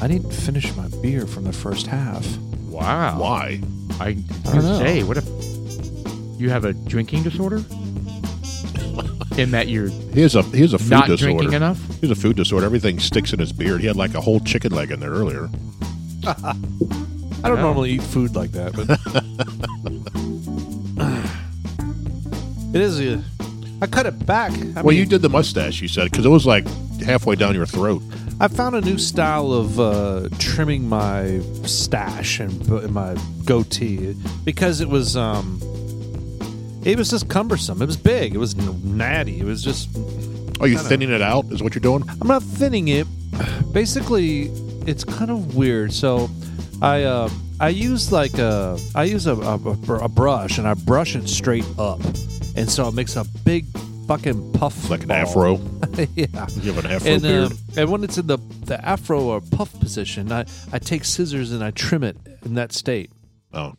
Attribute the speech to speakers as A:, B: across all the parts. A: I didn't finish my beer from the first half.
B: Wow.
C: Why?
B: I was
A: I don't
B: gonna
A: know.
B: say, what if you have a drinking disorder? In that you're
C: Here's a here's a food
B: not
C: disorder.
B: drinking enough?
C: Here's a food disorder. Everything sticks in his beard. He had like a whole chicken leg in there earlier.
A: I don't
B: Yeah.
A: normally eat food like that, but it is. A, I cut it back. I
C: well,
A: mean,
C: you did the mustache, you said, because it was like halfway down your throat.
A: I found a new style of uh, trimming my stash and bu- and my goatee because it was um, it was just cumbersome. It was big. It was natty. It was just.
C: Are you
A: Kinda.
C: thinning it out? Is what you're doing?
A: I'm not thinning it. Basically, it's kind of weird. So, I uh, I use like a I use a, a, a br- a brush and I brush it straight up, and so it makes a big fucking puff
C: Like an
A: ball.
C: afro?
A: yeah.
C: You have an afro
A: And,
C: beard?
A: um, and when it's in the, the afro or puff position, I, I take scissors and I trim it in that state.
C: oh,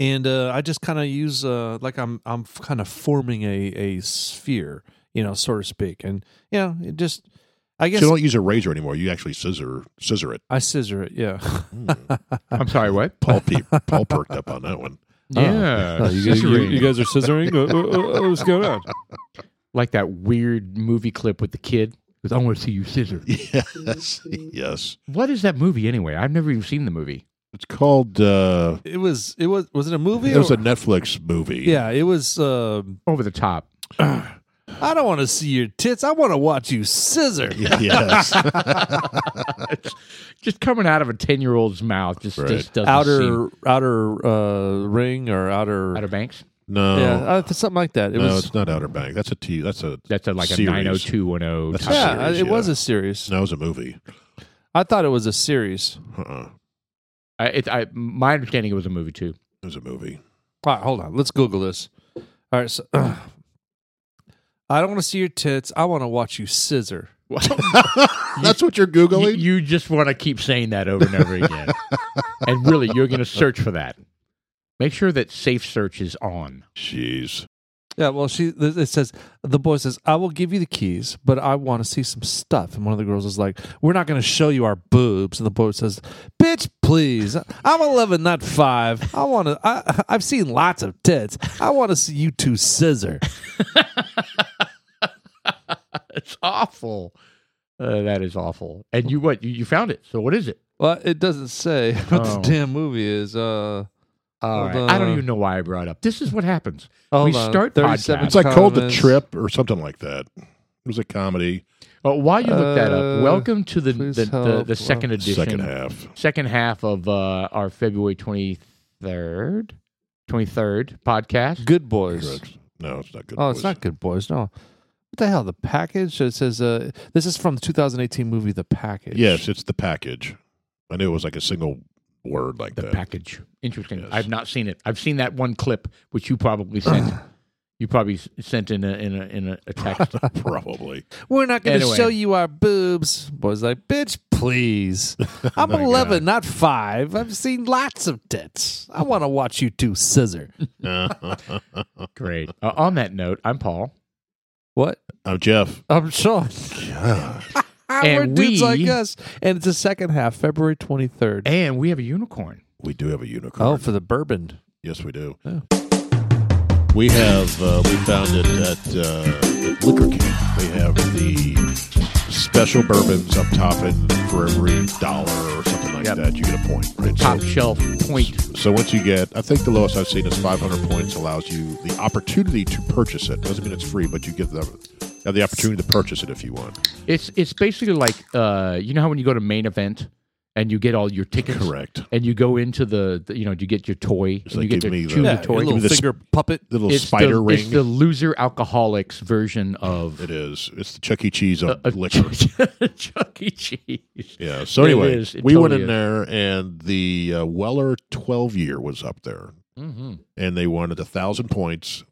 A: And uh, I just kind of use uh, like I'm I'm kind of forming a, a sphere, you know, so to speak. And you know, it just I
C: so
A: guess
C: you don't use a razor anymore. You actually scissor scissor it.
A: I scissor it. Yeah.
B: I'm sorry, what?
C: Paul pe- Paul perked up on that one.
B: Yeah.
D: Oh, you, guys, you-
B: scissoring.
D: you guys are scissoring? What- what- what's going on?
B: like that weird movie clip with the kid. Because I want to see you scissor.
C: Yes, yes.
B: What is that movie anyway? I've never even seen the movie.
C: It's called. Uh,
A: It was it was was it a movie?
C: it was
A: or-
C: a Netflix movie.
A: yeah, it was. Uh,
B: Over the top.
A: I don't want to see your tits. I want to watch you scissor.
C: yes.
B: Just coming out of a ten year old's mouth just,
C: Right.
B: just doesn't seem-
A: Outer outer uh, ring or outer,
B: Outer Banks.
C: No.
A: yeah uh, something like that. It
C: no,
A: was
C: it's not Outer Bank. That's a T. That's a.
B: That's a, like a
C: Series.
B: nine hundred two one oh zero.
C: That's a
A: yeah,
C: series,
A: it was
C: yeah.
A: a series.
C: No, it was a movie.
A: I thought it was a series.
C: Uh-uh.
B: I, it, I, my understanding it was a movie too.
C: It was a movie.
A: All right, hold on. Let's Google this. All right, so I don't want to see your tits. I want to watch you scissor.
C: That's what you're
B: You,
C: googling.
B: you just want to keep saying that over and over again, and really, you're going to search for that. Make sure that safe search is on.
C: Jeez.
A: Yeah, well, she th- it says the boy says I will give you the keys, but I want to see some stuff. And one of the girls is like, "We're not going to show you our boobs." And the boy says, "Bitch, please, I'm 11, not five. I want to. I I've seen lots of tits. I want to see you two scissor."
B: It's awful. Uh, that is awful. And you what? You, you found it. So what is it?
A: Well, it doesn't say what
B: Oh.
A: the damn movie is. Uh,
B: All
A: Hold
B: right. I don't
A: on.
B: even know why I brought it up. This is what happens.
A: hold
B: we
A: on,
B: start
A: 37
B: podcasts.
C: It's like called the
A: comments.
C: trip or something like that. It was a comedy.
B: Uh, while you look that up,
A: Uh,
B: welcome to the
A: please
B: the, the,
A: help.
B: the second edition,
C: Second half.
B: second half of uh, our February twenty third, twenty third podcast.
A: Good boys.
C: Correct. No, it's not good.
A: Oh, it's
C: boys.
A: not Good Boys. No. What the hell? The package? It says uh, this is from the 2018 movie The Package.
C: Yes, it's the package. I knew it was like a single word like
B: The
C: that.
B: package. Interesting.
C: Yes.
B: I've not seen it. I've seen that one clip which you probably sent. you probably s- sent in a in a in a, a text.
C: Probably.
A: We're not going to
B: Anyway.
A: show you our boobs. Boy's like, bitch, please. I'm
B: my
A: 11, not five. I've seen lots of tits. I want to watch you two scissor.
B: Great. Uh, on that note, I'm Paul,
A: What?
C: I'm Oh, Jeff.
A: I'm Sean. We're
B: And
A: dudes
B: we-
A: like us. And it's the second half, February 23rd.
B: and we have a unicorn.
C: We do have a unicorn.
A: oh, for the bourbon.
C: Yes, we do.
A: Oh.
C: We have, uh, we found it at, uh, at Liquor King. They have the special bourbons up top, and for every dollar or something like
B: Yep.
C: that, you get a point. Right?
B: Top
C: So-
B: shelf point.
C: So once you get, I think the lowest I've seen is 500 points allows you the opportunity to purchase it. Doesn't mean it's free, but you get the have the opportunity to purchase it if you want.
B: It's it's basically like uh, you know how when you go to main event and you get all your tickets,
C: Correct.
B: And you go into the, the- you know you get your toy, and
C: like,
B: you get
C: give
B: to
C: me the-
B: choose
C: Yeah,
B: a toy.
C: give
A: little
C: me the
A: finger puppet.
C: Little
B: It's
C: spider
B: the,
C: ring.
B: It's the loser alcoholics version of
C: it is. It's the Chuck E. Cheese of
B: a
C: liquor.
B: Chuck E. Cheese.
C: yeah. So
B: It
C: anyway,
B: is. It
C: we went
B: totally
C: in there, and the uh, Weller 12 year was up there,
B: Mm-hmm.
C: and they wanted a thousand points,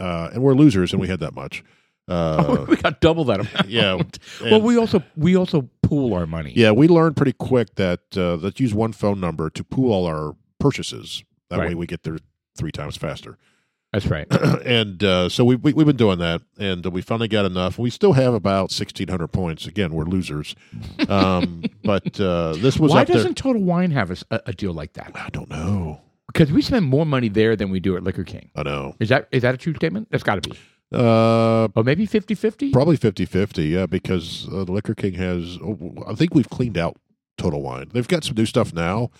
C: uh, and we're losers, and we had that much. Uh,
B: we got double that amount.
C: yeah.
B: Oh Well,
C: and-
B: we also we also pool our money.
C: Yeah, we learned pretty quick that uh, let's use one phone number to pool all our purchases. That
B: Right.
C: way, we get there three times faster.
B: That's right.
C: and uh, so we, we we've been doing that, and we finally got enough. We still have about sixteen hundred points. Again, we're losers. Um, but uh, this was
B: Why
C: up there.
B: doesn't Total Wine have a, s- a- a deal like that?
C: I don't know.
B: Because we spend more money there than we do at Liquor King.
C: I know.
B: Is that is that a true statement? That's got to be.
C: Uh,
B: Or maybe 50 50?
C: probably 50-50, Yeah, because uh, the Liquor King has. oh, I think we've cleaned out Total Wine. They've got some new stuff now.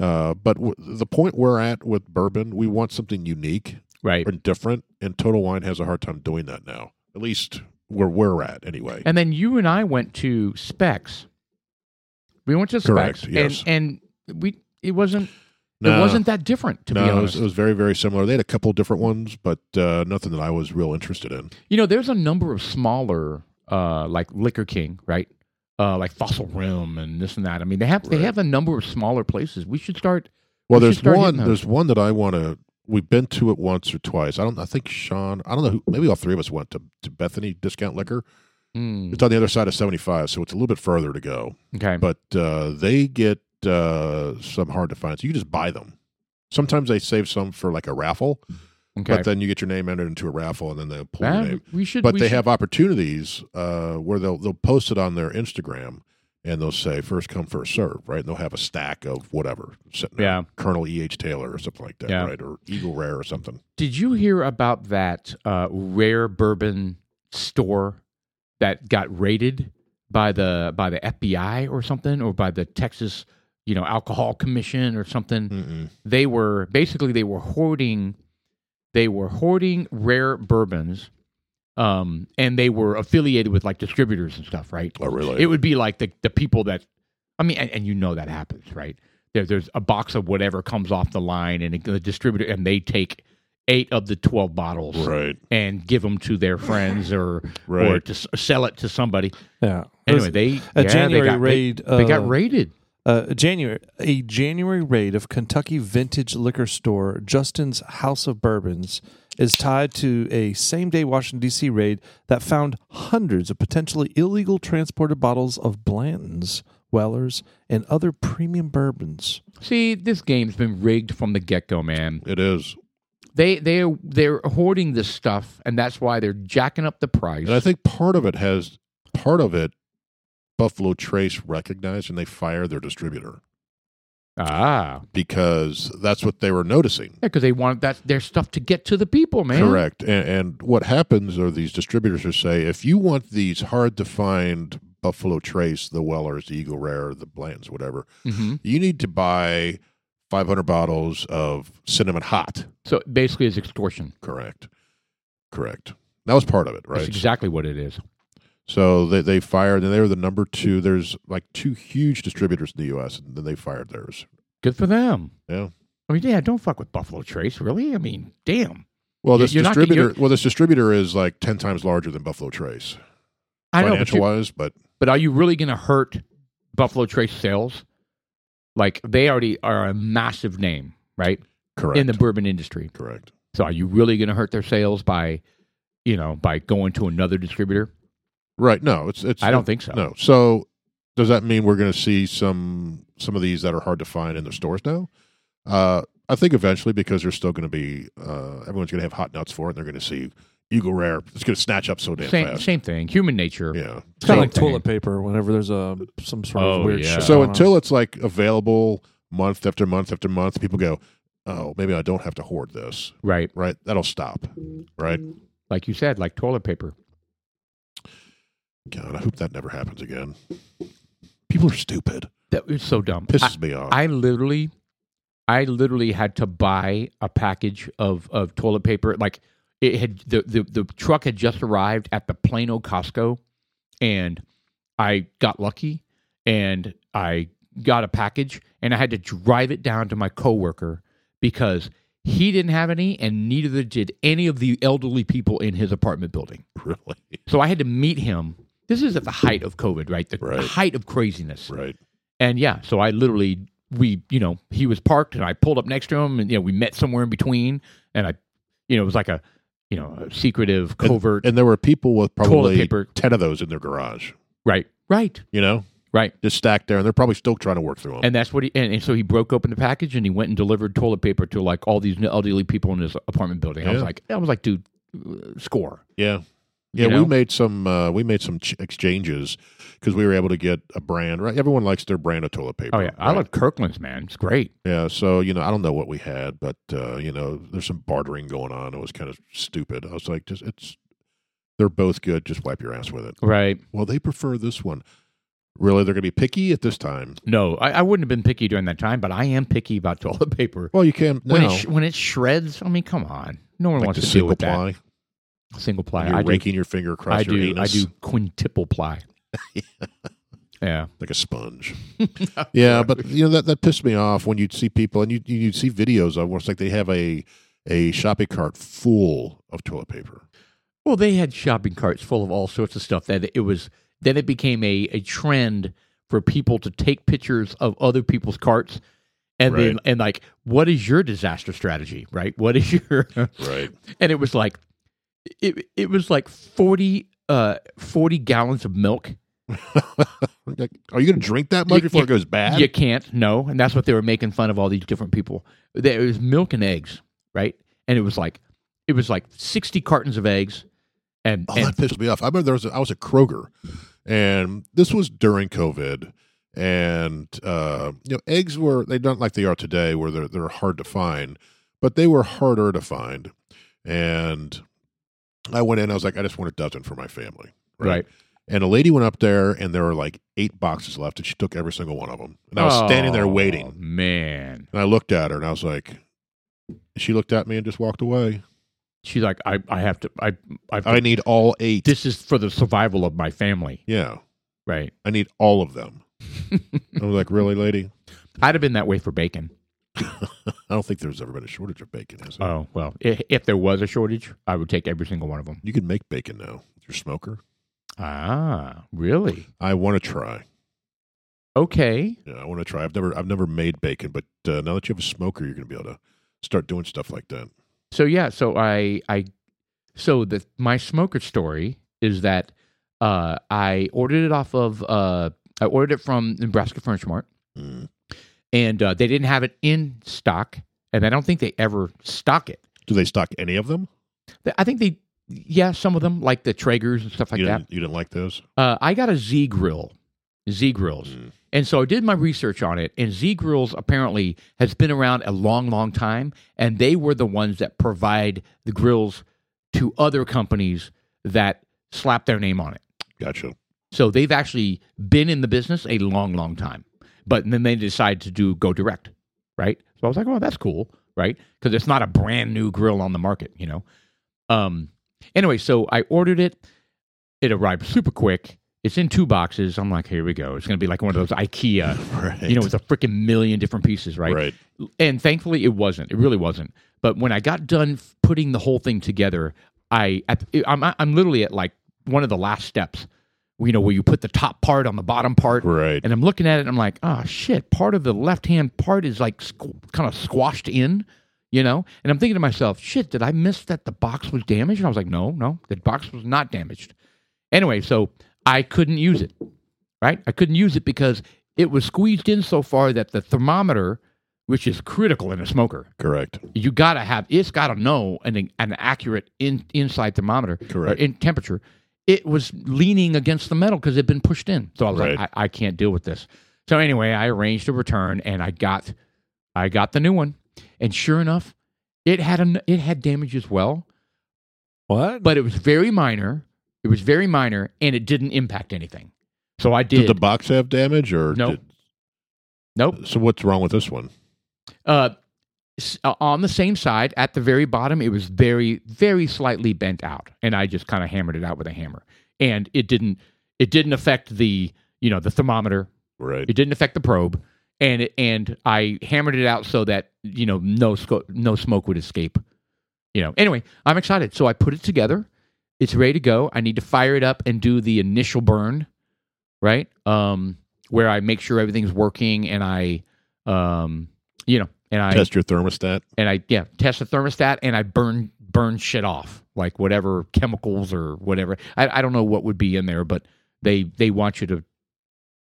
C: Uh, but w- the point we're at with bourbon, we want something unique
B: Right.
C: and different, and Total Wine has a hard time doing that now. At least where we're at, anyway.
B: And then you and I went to Specs. We went to
C: Correct,
B: Specs.
C: yes.
B: And, and we it wasn't
C: No.
B: it wasn't that different to
C: no,
B: be
C: it was,
B: honest.
C: it was very, very similar. They had a couple different ones, but uh, nothing that I was real interested in.
B: You know, there's a number of smaller, uh, like Liquor King, right? Uh, like Fossil Room and this and that. I mean, they have they
C: Right.
B: have a number of smaller places. We should start.
C: Well,
B: We should
C: there's
B: start hitting
C: one.
B: those.
C: There's one that I want to. We've been to it once or twice. I don't. I think Sean. I don't know. Who, maybe all three of us went to, to Bethany Discount Liquor.
B: Mm,
C: It's on the other side of 75, so it's a little bit further to go.
B: okay,
C: But uh, they get uh, some hard to find. So you just buy them. Sometimes they save some for like a raffle,
B: okay.
C: but then you get your name entered into a raffle, and then they pull your
B: That-
C: name.
B: we should.
C: But
B: we
C: they
B: should-
C: have opportunities uh, where they'll they'll post it on their Instagram, and they'll say first come first serve, right? And they'll have a stack of whatever sitting there.
B: Yeah.
C: Colonel E. H. Taylor or something like that,
B: Yeah.
C: right? Or Eagle Rare or something.
B: Did you hear about that uh, rare bourbon store that got raided by the by the FBI or something, or by the Texas, you know, Alcohol Commission or something?
C: Mm-mm.
B: they were basically they were hoarding they were hoarding rare bourbons um and they were affiliated with like distributors and stuff right
C: Oh, really?
B: it would be like the, the people that i mean and, and you know that happens right there, there's a box of whatever comes off the line and it- the distributor and they take eight of the 12 bottles
C: right,
B: and give them to their friends or or
C: right.
B: to s- sell it to somebody
A: Yeah.
B: anyway they
A: a
B: yeah,
A: January
B: they got,
A: raid.
B: they, they got
A: uh,
B: raided
A: uh, a January a January raid of Kentucky vintage liquor store Justin's House of Bourbons is tied to a same day Washington D.C. raid that found hundreds of potentially illegal transported bottles of Blanton's, Weller's, and other premium bourbons.
B: see this game's been rigged from the get-go man
C: It is,
B: they they they're hoarding this stuff, and that's why they're jacking up the price.
C: and I think part of it has part of it. Buffalo Trace recognized, and they fire their distributor
B: ah, yeah,
C: because that's what they were noticing.
B: because they want that their stuff to get to the people, man.
C: Correct. And, and what happens are these distributors who say, if you want these hard to find Buffalo Trace, the Wellers, the Eagle Rare, the Blantons, whatever,
B: hmm
C: you need to buy 500 bottles of Cinnamon Hot.
B: So basically, it's extortion.
C: Correct. Correct. That was part of it,
B: That's
C: right?
B: exactly what it is.
C: So they, they fired, and they were the number two. There's like two huge distributors in the U.S., and then they fired theirs.
B: Good for them.
C: Yeah.
B: I mean, yeah, don't fuck with Buffalo Trace, really. I mean, damn.
C: Well,
B: You're-
C: this
B: you're not get-
C: distributor.
B: you're-
C: well, this distributor is like ten times larger than Buffalo Trace,
B: I know, but,
C: financial
B: you-
C: wise. But
B: but are you really going to hurt Buffalo Trace sales? Like they already are a massive name, right,
C: correct,
B: in the bourbon industry.
C: correct.
B: So are you really going to hurt their sales by, you know, by going to another distributor?
C: Right? No, it's it's.
B: I don't think so.
C: No. So does that mean we're going to see some some of these that are hard to find in the stores now? Uh, I think eventually because there's still going to be uh, everyone's going to have hot nuts for it. and They're going to see Eagle Rare. It's going to snatch up so damn
B: same
C: fast.
B: same thing. Human nature.
C: Yeah.
A: It's kind of like
B: Same thing.
A: toilet paper. Whenever there's a some sort of
B: Oh,
A: weird
B: yeah.
A: shit.
C: So
A: going on.
C: until it's like available month after month after month, people go, "Oh, maybe I don't have to hoard this."
B: Right.
C: Right? That'll stop. Right?
B: Like you said, like toilet paper.
C: God, I hope that never happens again. People are stupid.
B: That is so dumb. I,
C: Pisses me off.
B: I literally I literally had to buy a package of, of toilet paper. Like it had the, the, the truck had just arrived at the Plano Costco and I got lucky and I got a package and I had to drive it down to my coworker because he didn't have any and neither did any of the elderly people in his apartment building.
C: really?
B: So I had to meet him. This is at the height of COVID, right? The
C: Right.
B: height of craziness.
C: Right.
B: And yeah, so I literally we you know he was parked and I pulled up next to him and you know we met somewhere in between and I you know it was like a you know a secretive covert
C: And there were people with
B: toilet
C: probably
B: paper
C: ten of those in their garage.
B: right right
C: You know?
B: Right.
C: just stacked there, and they're probably still trying to work through them.
B: And that's what he and, and so he broke open the package and he went and delivered toilet paper to like all these elderly people in his apartment building. I was
C: Yeah.
B: like, I was like, dude, uh, score.
C: yeah, yeah.
B: know?
C: We made some uh, we made some ch- exchanges because we were able to get a brand. Right, everyone likes their brand of toilet paper.
B: Oh yeah, I
C: right?
B: love Kirkland's man. It's great.
C: Yeah, so you know, I don't know what we had, but uh, you know, there's some bartering going on. It was kind of stupid. I was like, just it's they're both good. Just wipe your ass with it.
B: Right.
C: Well, they prefer this one. Really, they're going to be picky at this time.
B: No, I, I wouldn't have been picky during that time, but I am picky about toilet paper.
C: Well, you can now.
B: When it sh- when it shreds, I mean, come on, no one
C: like
B: wants to
C: the
B: deal
C: single
B: with that.
C: ply,
B: Single ply.
C: you're
B: I do.
C: raking your finger across
B: I
C: your
B: do. I
C: anus
B: do quintuple ply. yeah.
C: like a sponge. yeah, but you know that that pissed me off when you'd see people and you you'd see videos of where it's like they have a a shopping cart full of toilet paper.
B: Well, they had shopping carts full of all sorts of stuff that it was then it became a, a trend for people to take pictures of other people's carts and then and like what is your disaster strategy, right? What is your
C: Right.
B: and it was like it it was like 40 uh 40 gallons of milk.
C: Like, are you going to drink that much
B: You-
C: before
B: you-
C: it goes bad?
B: You can't, no, and that's what they were making fun of all these different people. There was milk and eggs, right? And it was like it was like 60 cartons of eggs and,
C: Oh,
B: and
C: that pissed me off. I remember there was a, I was at Kroger, and this was during COVID, and uh, you know eggs were they don't like they are today, where they're they're hard to find, but they were harder to find, and I went in, I was like, I just want a dozen for my family,
B: right.
C: And a lady went up there, and there were like eight boxes left, and she took every single one of them, and I was standing there
B: Oh,
C: waiting,
B: Man,
C: and I looked at her, and I was like, she looked at me and just walked away.
B: she's like, I, I have to, I, I've,
C: I need all eight.
B: this is for the survival of my family,
C: yeah,
B: right?
C: I need all of them. I was like, really, lady?
B: I'd have been that way for bacon.
C: I don't think there's ever been a shortage of bacon. Has there?
B: Oh well, if, if there was a shortage, I would take every single one of them.
C: you can make bacon now with your smoker.
B: Ah, really?
C: I want to try.
B: Okay.
C: Yeah, I want to try. I've never, I've never made bacon, but uh, now that you have a smoker, you're going to be able to start doing stuff like that.
B: So yeah, so I, I, so the my smoker story is that uh, I ordered it off of, uh, I ordered it from Nebraska Furniture Mart.
C: Mm.
B: And uh, they didn't have it in stock, and I don't think they ever stock it.
C: Do they stock any of them?
B: Th- I think they, yeah, some of them like the Traegers and stuff like
C: you
B: that.
C: didn't, you didn't like those?
B: Uh, I got a Z grill, Z grills,
C: Mm.
B: and so I did my research on it. And Z grills apparently has been around a long, long time, and they were the ones that provide the grills to other companies that slap their name on it.
C: Gotcha.
B: So they've actually been in the business a long, long time. But then they decided to do go direct, right? So I was like, oh, that's cool, right? Because it's not a brand new grill on the market, you know. Um. Anyway, so I ordered it. It arrived super quick. It's in two boxes. I'm like, here we go. It's gonna be like one of those IKEA,
C: Right.
B: you know, with a freaking million different pieces, right?
C: right.
B: and thankfully it wasn't it really wasn't but when i got done f- putting the whole thing together i at, I'm, I'm literally at like one of the last steps you know where you put the top part on the bottom part
C: Right.
B: and i'm looking at it and i'm like oh shit part of the left hand part is like squ- kind of squashed in you know and i'm thinking to myself shit did i miss that the box was damaged and i was like no no the box was not damaged anyway so i couldn't use it right? I couldn't use it because it was squeezed in so far that the thermometer, which is critical in a smoker,
C: Correct.
B: you gotta have it's gotta know an an accurate in, inside thermometer
C: Correct.
B: or in temperature. It was leaning against the metal because it had been pushed in. So I was
C: Right.
B: like, I, I can't deal with this. So anyway, I arranged a return and I got I got the new one, and sure enough, it had an, it had damage as well,
A: What?
B: but it was very minor. It was very minor, and it didn't impact anything. So I did.
C: Did the box have damage or?
B: No. nope.
C: did- so what's wrong with this one?
B: uh, s- uh, on the same side at the very bottom it was very very slightly bent out and i just kind of hammered it out with a hammer and it didn't it didn't affect the you know the thermometer
C: Right.
B: it didn't affect the probe and it, and i hammered it out so that you know no sco- no smoke would escape you know anyway i'm excited so i put it together it's ready to go i need to fire it up and do the initial burn right um where i make sure everything's working and i um you know and i
C: Test your thermostat.
B: and I yeah test the thermostat and I burn burn shit off like whatever chemicals or whatever I, I don't know what would be in there but they they want you to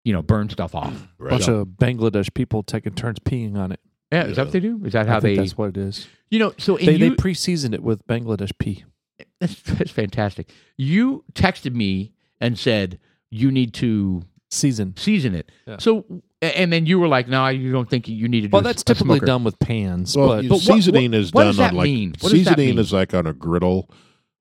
B: you know, burn stuff off.
C: Right.
A: bunch of Bangladesh people taking turns peeing on it.
B: Yeah, is that what they do? Is that how
A: I think
B: they?
A: that's what it is.
B: You know, so and
A: They,
B: you,
A: they pre-seasoned it with Bangladesh pee.
B: that's, that's fantastic. You texted me and said you need to
A: Season.
B: season it.
A: Yeah.
B: So, a- and then you were like, "No, you don't think you need to do."
A: Well,
B: a-
A: that's
B: a
A: typically
B: smoker."
A: done with pans,
C: Well,
A: but
C: you-
B: But what-
C: seasoning
B: what-
C: is
B: what
C: done
B: does that
C: on like
B: mean? What does that
C: seasoning
B: mean?
C: is like on a griddle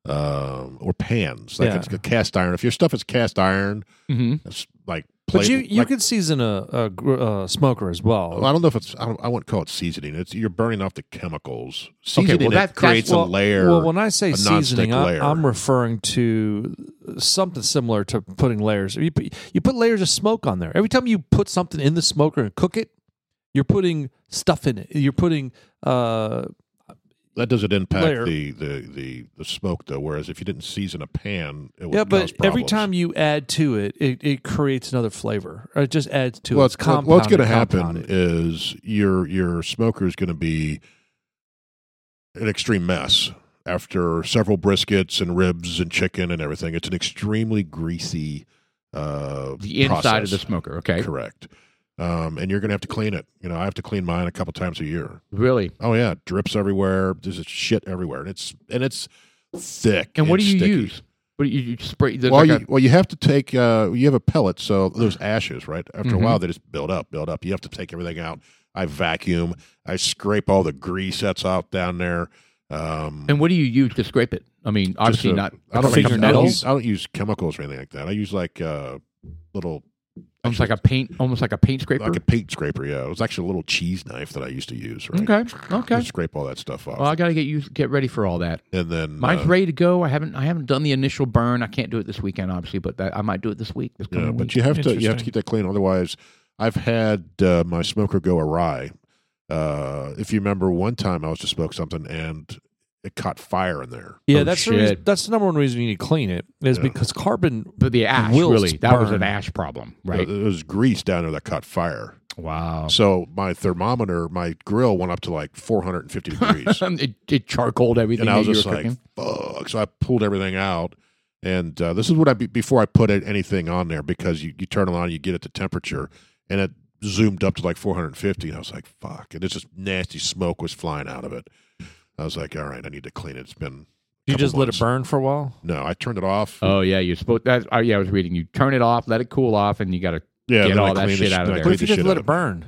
C: um, or pans, like
A: Yeah.
C: it's a cast iron. If your stuff is cast iron,
B: Mhm.
C: it's like
A: but you
C: plate-
A: you
C: like-
A: could season a, a gr- uh, smoker as well.
C: Well, I don't know if it's. I, don't, I wouldn't call it seasoning. It's you're burning off the chemicals. Seasoning
B: well,
C: it
B: that- that's-
C: creates
A: well-
C: a layer.
A: Well, when I say
C: a
A: seasoning,
C: non-stick
A: I,
C: layer.
A: I'm referring to something similar to putting layers. You put, you put layers of smoke on there. Every time you put something in the smoker and cook it, you're putting stuff in it. You're putting uh,
C: that doesn't impact
A: layer.
C: the, the, the, the smoke though. Whereas if you didn't season a pan, it would
A: yeah,
C: cause
A: but every
C: problems.
A: time you add to it, it, it creates another flavor. It just adds to
C: well,
A: it.
C: it's well, what's going to happen
A: compounded.
C: is your your smoker is going to be an extreme mess after several briskets and ribs and chicken and everything. It's an extremely greasy. Uh,
B: The inside of the
C: process.
B: smoker. Okay,
C: correct. Um, and you're going to have to clean it. You know, I have to clean mine a couple times a year.
B: really.
C: Oh yeah, it drips everywhere. There's just shit everywhere, and it's and it's thick.
B: And what do you
C: sticky.
B: use? What do you, you spray? there's
C: Well,
B: like
C: you,
B: a-
C: well, you have to take. Uh, you have a pellet, so those ashes, right? After
B: Mhm.
C: a while, they just build up, build up. You have to take everything out. I vacuum. I scrape all the grease that's out down there. Um,
B: and what do you use to scrape it? I mean, obviously
C: a-
B: not.
C: I
A: Fingernails?
C: don't, use, I, don't use, I don't use chemicals or anything like that. I use like uh, little,
B: Almost like a paint, almost like a paint scraper.
C: like a paint scraper. Yeah, it was actually a little cheese knife that I used to use. Right.
B: okay, okay.
C: You scrape all that stuff off,
B: Well, I gotta get you get ready for all that.
C: and then
B: Mine's
C: uh,
B: ready to go. I haven't I haven't done the initial burn. I can't do it this weekend, obviously, but that, I might do it this week. This
C: Yeah,
B: coming
C: but
B: week.
C: you have to you have to
A: Interesting.
C: keep that clean. Otherwise, I've had uh, my smoker go awry. Uh, if you remember, one time I was to smoke something and it caught fire in there.
A: Yeah,
B: Oh,
A: that's the reason,
B: shit.
A: that's the number one reason you need to clean it is
C: Yeah.
A: because carbon.
B: but the ash
A: Wills
B: really that was an
A: burn.
B: ash problem,
C: Right,
B: right?
C: Uh,
B: Oh.
C: it was grease down there that caught fire.
B: wow.
C: So my thermometer, my grill went up to like 450 degrees,
B: it, it charcoaled everything.
C: and I was
B: that you
C: just
B: were
C: like,
B: cooking?
C: "Fuck!" So I pulled everything out, and uh, this is what I be- before I put it- anything on there because you, you turn it on, you get it to temperature, and it zoomed up to like 450, and I was like, "Fuck!" And it's just nasty smoke was flying out of it. I was like, "All right, I need to clean it." It's been
A: You
C: couple
A: just let it
C: months.
A: burn for a while.
C: no, I turned it off.
B: Oh yeah, you're supposed. That, oh yeah, I was reading. You turn it off, let it cool off, and you got to.
C: yeah,
B: get
C: then I
B: all that
C: cleaned the
B: shit
C: sh-
B: out of
C: then I
A: What
B: there.
C: cleaned
A: if you
C: the
A: just
C: shit
A: let
C: out
A: it
C: of
A: burn?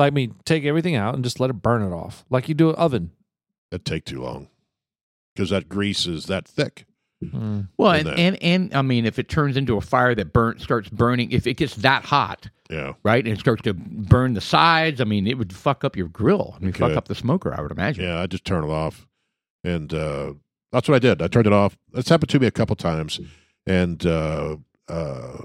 A: Like, I mean, take everything out and just let it burn it off, like you do an oven.
C: It'd take too long because that grease is that thick.
A: Mm.
B: Well, and,
C: And then-
B: and and I mean, if it turns into a fire that burn starts burning, if it gets that hot,
C: Yeah,
B: right, and it starts to burn the sides, I mean, it would fuck up your grill. I mean, fuck
C: could.
B: up the smoker. I would imagine.
C: Yeah, I just turned it off, and uh, that's what I did. I turned it off. That's happened to me a couple times, and uh, uh,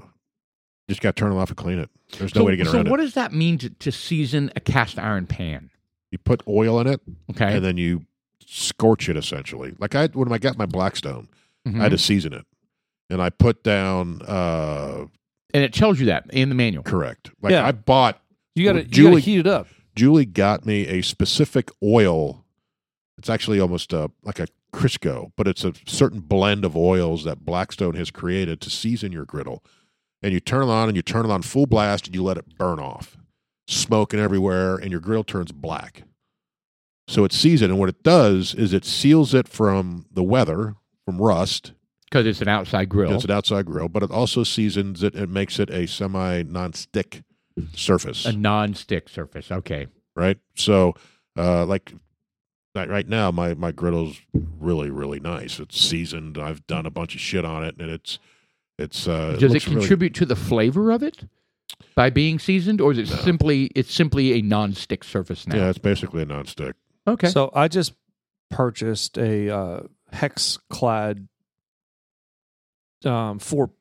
C: just got to turn it off and clean it. There's no
B: so,
C: way to get
B: so
C: around
B: what
C: it.
B: does that mean to, to season a cast iron pan?
C: You put oil in it,
B: Okay.
C: and then you scorch it essentially. Like I when I got my Blackstone,
A: Mm-hmm.
B: Mhm.
C: I had to season it, and I put down uh,
B: and it tells you that in the manual.
C: correct. Like
A: Yeah.
C: I bought.
A: You gotta,
C: Well,
A: you gotta
C: Julie-
A: heat it up.
C: Julie got me a specific oil. It's actually almost uh like a Crisco, but it's a certain blend of oils that Blackstone has created to season your griddle. And you turn it on and you turn it on full blast and you let it burn off, smoking everywhere, and your grill turns black. So it's seasoned. And what it does is it seals it from the weather, from rust.
B: because it's an outside grill.
C: It's an outside grill, but it also seasons it and makes it a semi non-stick surface
B: a non-stick surface. Okay.
C: right? So, uh, like right right now, my my griddle's really really nice. It's seasoned. I've done a bunch of shit on it, and it's it's uh,
B: Does it,
C: looks really-
B: contribute to the flavor of it by being seasoned, or is it
C: No.
B: simply it's simply a non-stick surface now?
C: yeah, it's basically a nonstick.
B: Okay.
A: So I just purchased a uh, hex clad um, four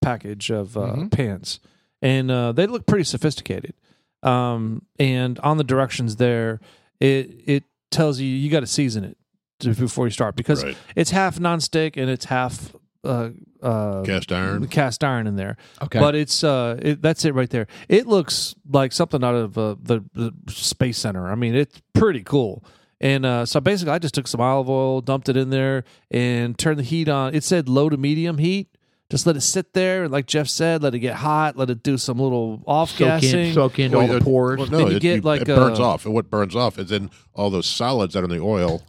A: package of uh,
B: Mhm.
A: pants, and uh, they look pretty sophisticated. Um, and on the directions there, it it tells you you got to season it to- before you start because
C: Right.
A: it's half nonstick and it's half uh, uh,
C: Cast iron.
A: cast iron in there.
B: okay.
A: But it's uh, it, that's it right there. It looks like something out of uh, the, the space center. I mean, it's pretty cool. And uh, so basically, I just took some olive oil, dumped it in there, and turned the heat on. It said low to medium heat. Just let it sit there, and like Jeff said, let it get hot, let it do some little off
B: soak in,
A: gassing.
B: soak in
C: Well,
B: all
C: it-
B: the pores.
C: well, no,
A: Then you
C: it,
A: get
C: you-
A: like uh,
C: it burns
A: a-
C: off. And what burns off is then all those solids that are in the oil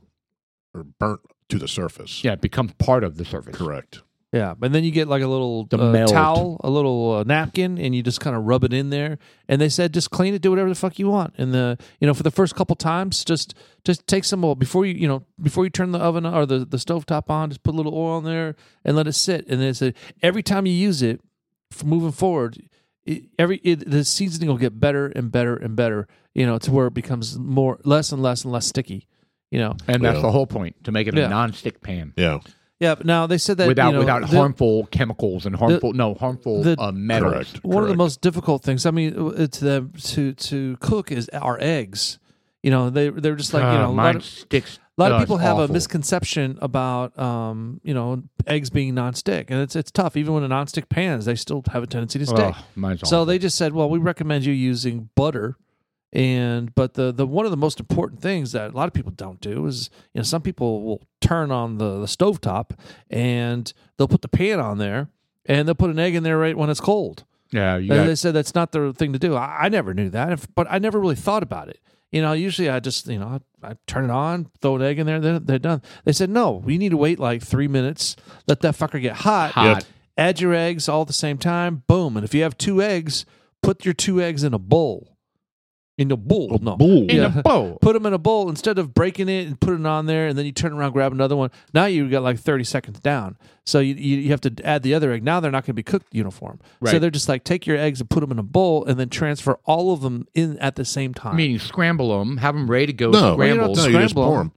C: are burnt to the surface.
B: yeah, it becomes part of the surface.
C: Correct.
A: Yeah, and then you get like a little
B: The
A: uh,
B: melt.
A: towel, a little uh, napkin, and you just kind of rub it in there. And they said just clean it, do whatever the fuck you want. And the you know for the first couple times, just just take some oil before you you know before you turn the oven or the the stove top on. Just put a little oil in there and let it sit. And then it said every time you use it, f- moving forward, it, every it, the seasoning will get better and better and better. You know to where it becomes more less and less and less sticky. You know,
B: And that's
C: Yeah.
B: the whole point to make it
A: Yeah.
B: a non-stick pan
C: Yeah.
A: yeah. but Now they said that
B: without
A: you know,
B: without
A: the-
B: harmful chemicals and harmful no harmful
A: the-
B: uh, metals.
C: Correct.
A: one of the
C: correct.
A: most difficult things. I mean, uh, to them to to cook is our eggs. You know, they they're just like you
B: Uh,
A: know a lot
B: mine
A: of,
B: sticks.
A: a lot of
B: uh,
A: people have a
B: awful.
A: misconception about um you know eggs being nonstick, and it's it's tough. Even with a nonstick pans, they still have a tendency to stick.
B: Ugh, Oh, mine's
A: so
B: awful.
A: they just said, well, we recommend you using butter. And but the the one of the most important things that a lot of people don't do is you know some people will turn on the the stovetop and they'll put the pan on there and they'll put an egg in there right when it's cold.
B: yeah you
A: They-
B: got
A: they said that's not the thing to do. I, I never knew that, if, but I never really thought about it. You know, usually I just, you know, I, I turn it on, throw an egg in there, they're, they're done. They said, no, we need to wait like three minutes, let that fucker get hot,
B: hot.
A: add your eggs all at the same time, boom. And if you have two eggs, put your two eggs in a bowl. In a bowl, no.
C: Bull.
B: In
A: Yeah.
B: a bowl.
A: Put them in a bowl instead of breaking it and putting it on there, and then you turn around, grab another one. Now you got like thirty seconds down, so you you you have to add the other egg. Now they're not going to be cooked uniform, so
B: Right.
A: they're just like take your eggs and put them in a bowl, and then transfer all of them in at the same time.
B: Meaning scramble them, have them ready to go.
C: No.
A: Well, you
B: Scramble.
A: don't
C: No, you just
A: Scramble.
C: pour them.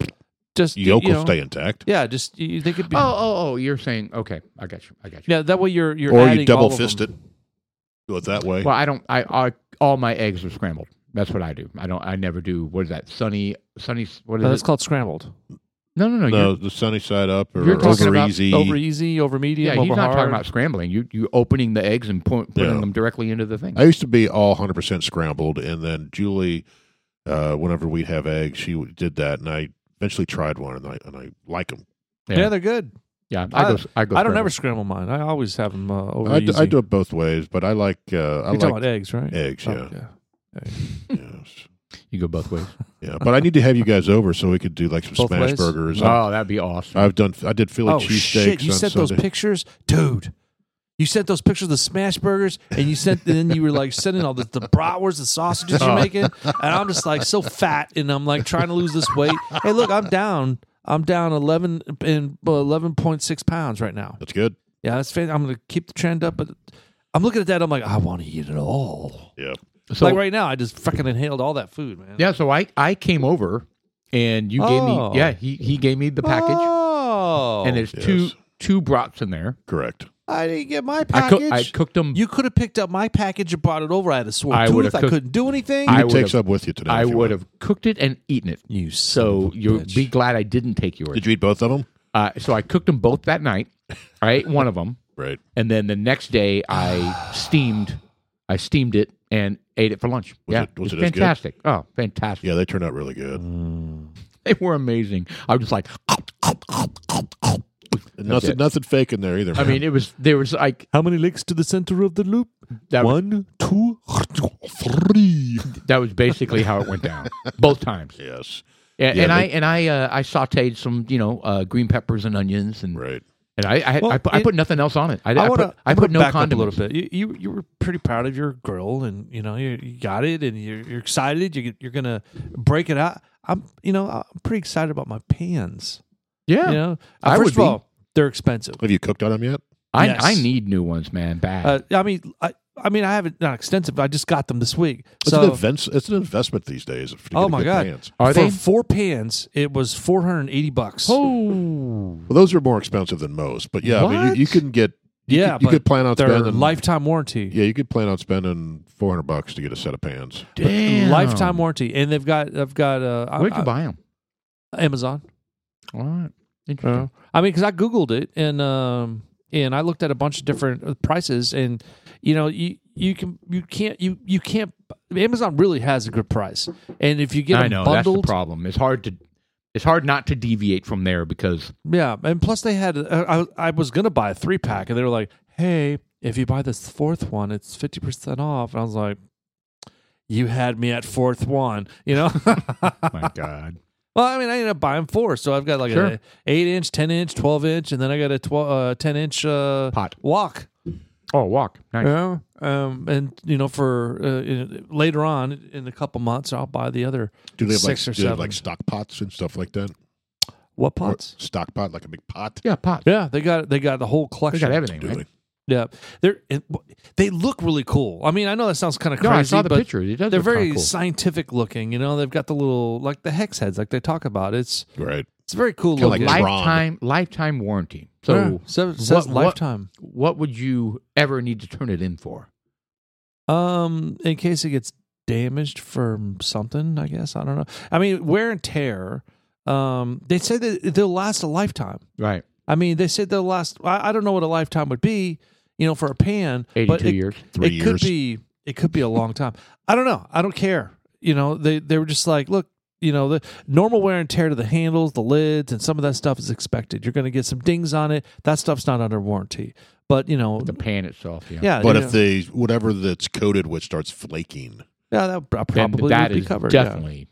A: just you
C: Yolk will
A: know,
C: stay intact.
A: Yeah, just you, they could be.
B: oh, oh, oh! You're saying okay. I got you. I got you.
A: Yeah, that way you're you're
C: Or you
A: adding
C: double
A: all of
C: fist
A: them.
C: it. Do it that way.
B: Well, I don't. I, I all my eggs are scrambled. That's what I do. I don't. I never do. What is that? Sunny. Sunny. What is
A: No,
B: it?
A: Uh, that's called scrambled.
B: no,
A: Oh,
B: no, no.
C: no,
B: you're-
C: the sunny side up or
B: You're talking
C: over
B: about
C: easy.
A: Over easy, over medium,
B: yeah, he's
A: over
B: not
A: hard.
B: talking about scrambling. You you opening the eggs and point, putting
C: Yeah.
B: them directly into the thing.
C: I used to be all 100% scrambled, and then Julie, uh, whenever we'd have eggs, she w- did that, and I eventually tried one, and I and I like them.
A: yeah. they're good.
B: yeah. I, go. I go.
A: I don't
B: scrambled.
A: ever scramble mine. I always have them uh, over
C: I
A: easy.
C: do, I do it both ways, but I like uh, I
A: You're talking
C: like
A: about eggs, right?
C: eggs.
A: Oh,
C: Yeah, yes.
B: You go both ways.
C: yeah. But I need to have you guys over so we could do like some
A: Both
C: smash
A: ways? Ah.
C: burgers.
B: Oh, that'd be awesome.
C: I've done. I did Philly
A: oh shit!
C: cheesesteaks
A: You
C: on
A: sent those
C: Sunday.
A: pictures, dude. You sent those pictures of the smash burgers, and you sent, and then you were like sending all the, the bratwurst, the sausages
B: Oh.
A: you're making, and I'm just like so fat, and I'm like trying to lose this weight. Hey, look, I'm down. I'm down eleven and eleven point six pounds right now.
C: That's good.
A: Yeah, that's fantastic. I'm gonna keep the trend up, but I'm looking at that. I'm like, I want to eat it all.
C: Yeah.
B: So
A: like right now, I just fucking inhaled all that food, man.
B: yeah. So I I came over and you
A: Oh.
B: gave me yeah he he gave me the package
A: Oh,
B: and there's two
C: yes.
B: two brats in there.
C: Correct.
A: I didn't get my
B: I,
A: package.
B: cook I cooked them.
A: You could have picked up my package and brought it over. I had a sore
B: I
A: tooth.
B: would've
A: I
B: cooked-
A: couldn't do anything.
B: I
C: You
B: would
C: take
B: have-
C: some with you today.
B: I
C: if you
B: would
C: want.
B: have cooked it and eaten it.
A: you son
B: So
A: of a
B: you'll
A: bitch.
B: be glad I didn't take yours.
C: Did you eat both of them?
B: Uh, so I cooked them both that night. I ate one of them,
C: Right.
B: and then the next day I steamed. I steamed it and ate it for lunch.
C: Was
B: yeah,
C: it- was
B: it's
C: it as good?
B: fantastic. Oh, fantastic!
C: Yeah, they turned out really good.
A: Mm,
B: They were amazing. I was just like,
C: And nothing,
B: it.
C: nothing fake in there either.
B: I
C: man.
B: mean, it was there was like
A: How many licks to the center of the loop?
B: that. Was,
A: One, two,
C: Free.
B: that was basically how it went down both times.
C: Yes.
B: And,
C: Yeah,
B: and I
C: they-
B: and I uh, I sautéed some you know uh, green peppers and onions
A: Mm.
B: and
C: Right.
B: and I I,
A: Well,
B: I, put, I
A: it-
B: put nothing else on it. I, I,
A: I want
B: put
A: to.
B: I put no
A: back up a
B: condiments.
A: little bit. You, you you were pretty proud of your grill, and you know you, you got it, and you're, you're excited. You're you're gonna break it out. I'm you know I'm pretty excited about my pans.
B: Yeah,
A: You know, Uh,
B: I
A: first
B: would
A: of
B: be.
A: all, they're expensive.
C: Have you cooked on them yet?
B: I
A: Yes.
B: I need new ones, man. Bad.
A: Uh, I mean, I I mean I haven't not extensive. I just got them this week.
C: It's,
A: so
C: an, event, it's an investment these days. if you
A: Oh
C: get a
A: my
C: good
A: God.
C: pants.
B: Are
A: for
B: they?
A: four pans, it was four hundred and eighty bucks.
B: Oh,
C: Well, those are more expensive than most, but yeah, I mean,
B: What?
C: you, you can get
A: yeah,
C: you
A: but
C: could plan on
A: their
C: spending
A: lifetime warranty.
C: Yeah, you could plan on spending four hundred bucks to get a set of pants.
B: damn!
A: Lifetime warranty, and they've got I've got uh, I-
B: Where'd
A: I-
B: you buy them?
A: Amazon.
B: All right, interesting.
A: I mean, because I googled it and um and I looked at a bunch of different uh, prices, and you know you you can you can't you you can't Amazon really has a good price, and if you get
B: I
A: them
B: know that's the
A: bundled,
B: problem. It's hard to, it's hard not to deviate from there because
A: yeah, and plus they had uh, I I was gonna buy a three pack, and they were like, hey, if you buy this fourth one, it's 50% off. And I was like, you had me at fourth one, you know?
B: My God.
A: well, I mean, I ended up buying four. So I've got like
B: Sure.
A: a 8 inch, 10 inch, 12 inch, and then I got a 12, uh, 10 inch uh,
B: Pot.
A: walk.
B: Oh, walk. Nice.
A: Yeah. Um, and, you know, for uh, in, later on in a couple months, I'll buy the other.
C: Do they have like,
A: Six or
C: do they have
A: seven.
C: like stock pots and stuff like that?
A: What
C: Or
A: pots?
C: stock pot, like a big pot.
B: Yeah, pot.
A: Yeah, they got they got the whole
B: They
A: collection.
B: got everything.
C: Do
B: Right?
C: they?
A: Yeah, they're it, they look really cool. I mean, I know that sounds kind of
B: No,
A: crazy,
B: I saw the
A: but
B: picture. It does
A: they're
B: look kinda
A: very
B: cool.
A: scientific looking. You know, they've got the little like the hex heads, like they talk about. It's
C: Right.
A: it's very cool
C: Kinda
A: looking.
C: like Tron.
B: lifetime lifetime warranty. So
A: Yeah, so it says
B: what- what-
A: lifetime.
B: what would you ever need to turn it in for?
A: Um, in case it gets damaged from something, I guess I don't know. I mean, wear and tear. Um, they say that they'll last a lifetime.
B: Right.
A: I mean, they said they'll last. I, I don't know what a lifetime would be. You know, for a pan, but
B: Eighty-two
A: it,
B: years.
C: Three
A: it
C: years.
A: could be it could be a long time i don't know i don't care you know they they were just like look you know the normal wear and tear to the handles the lids and some of that stuff is expected you're going to get some dings on it that stuff's not under warranty but you know
B: The pan itself. Yeah.
A: yeah
C: but
A: you
C: if
A: know,
C: they whatever that's coated with starts flaking,
A: yeah that pro-
B: Then
A: probably
B: that
A: would be
B: is
A: covered yeah.
B: definitely.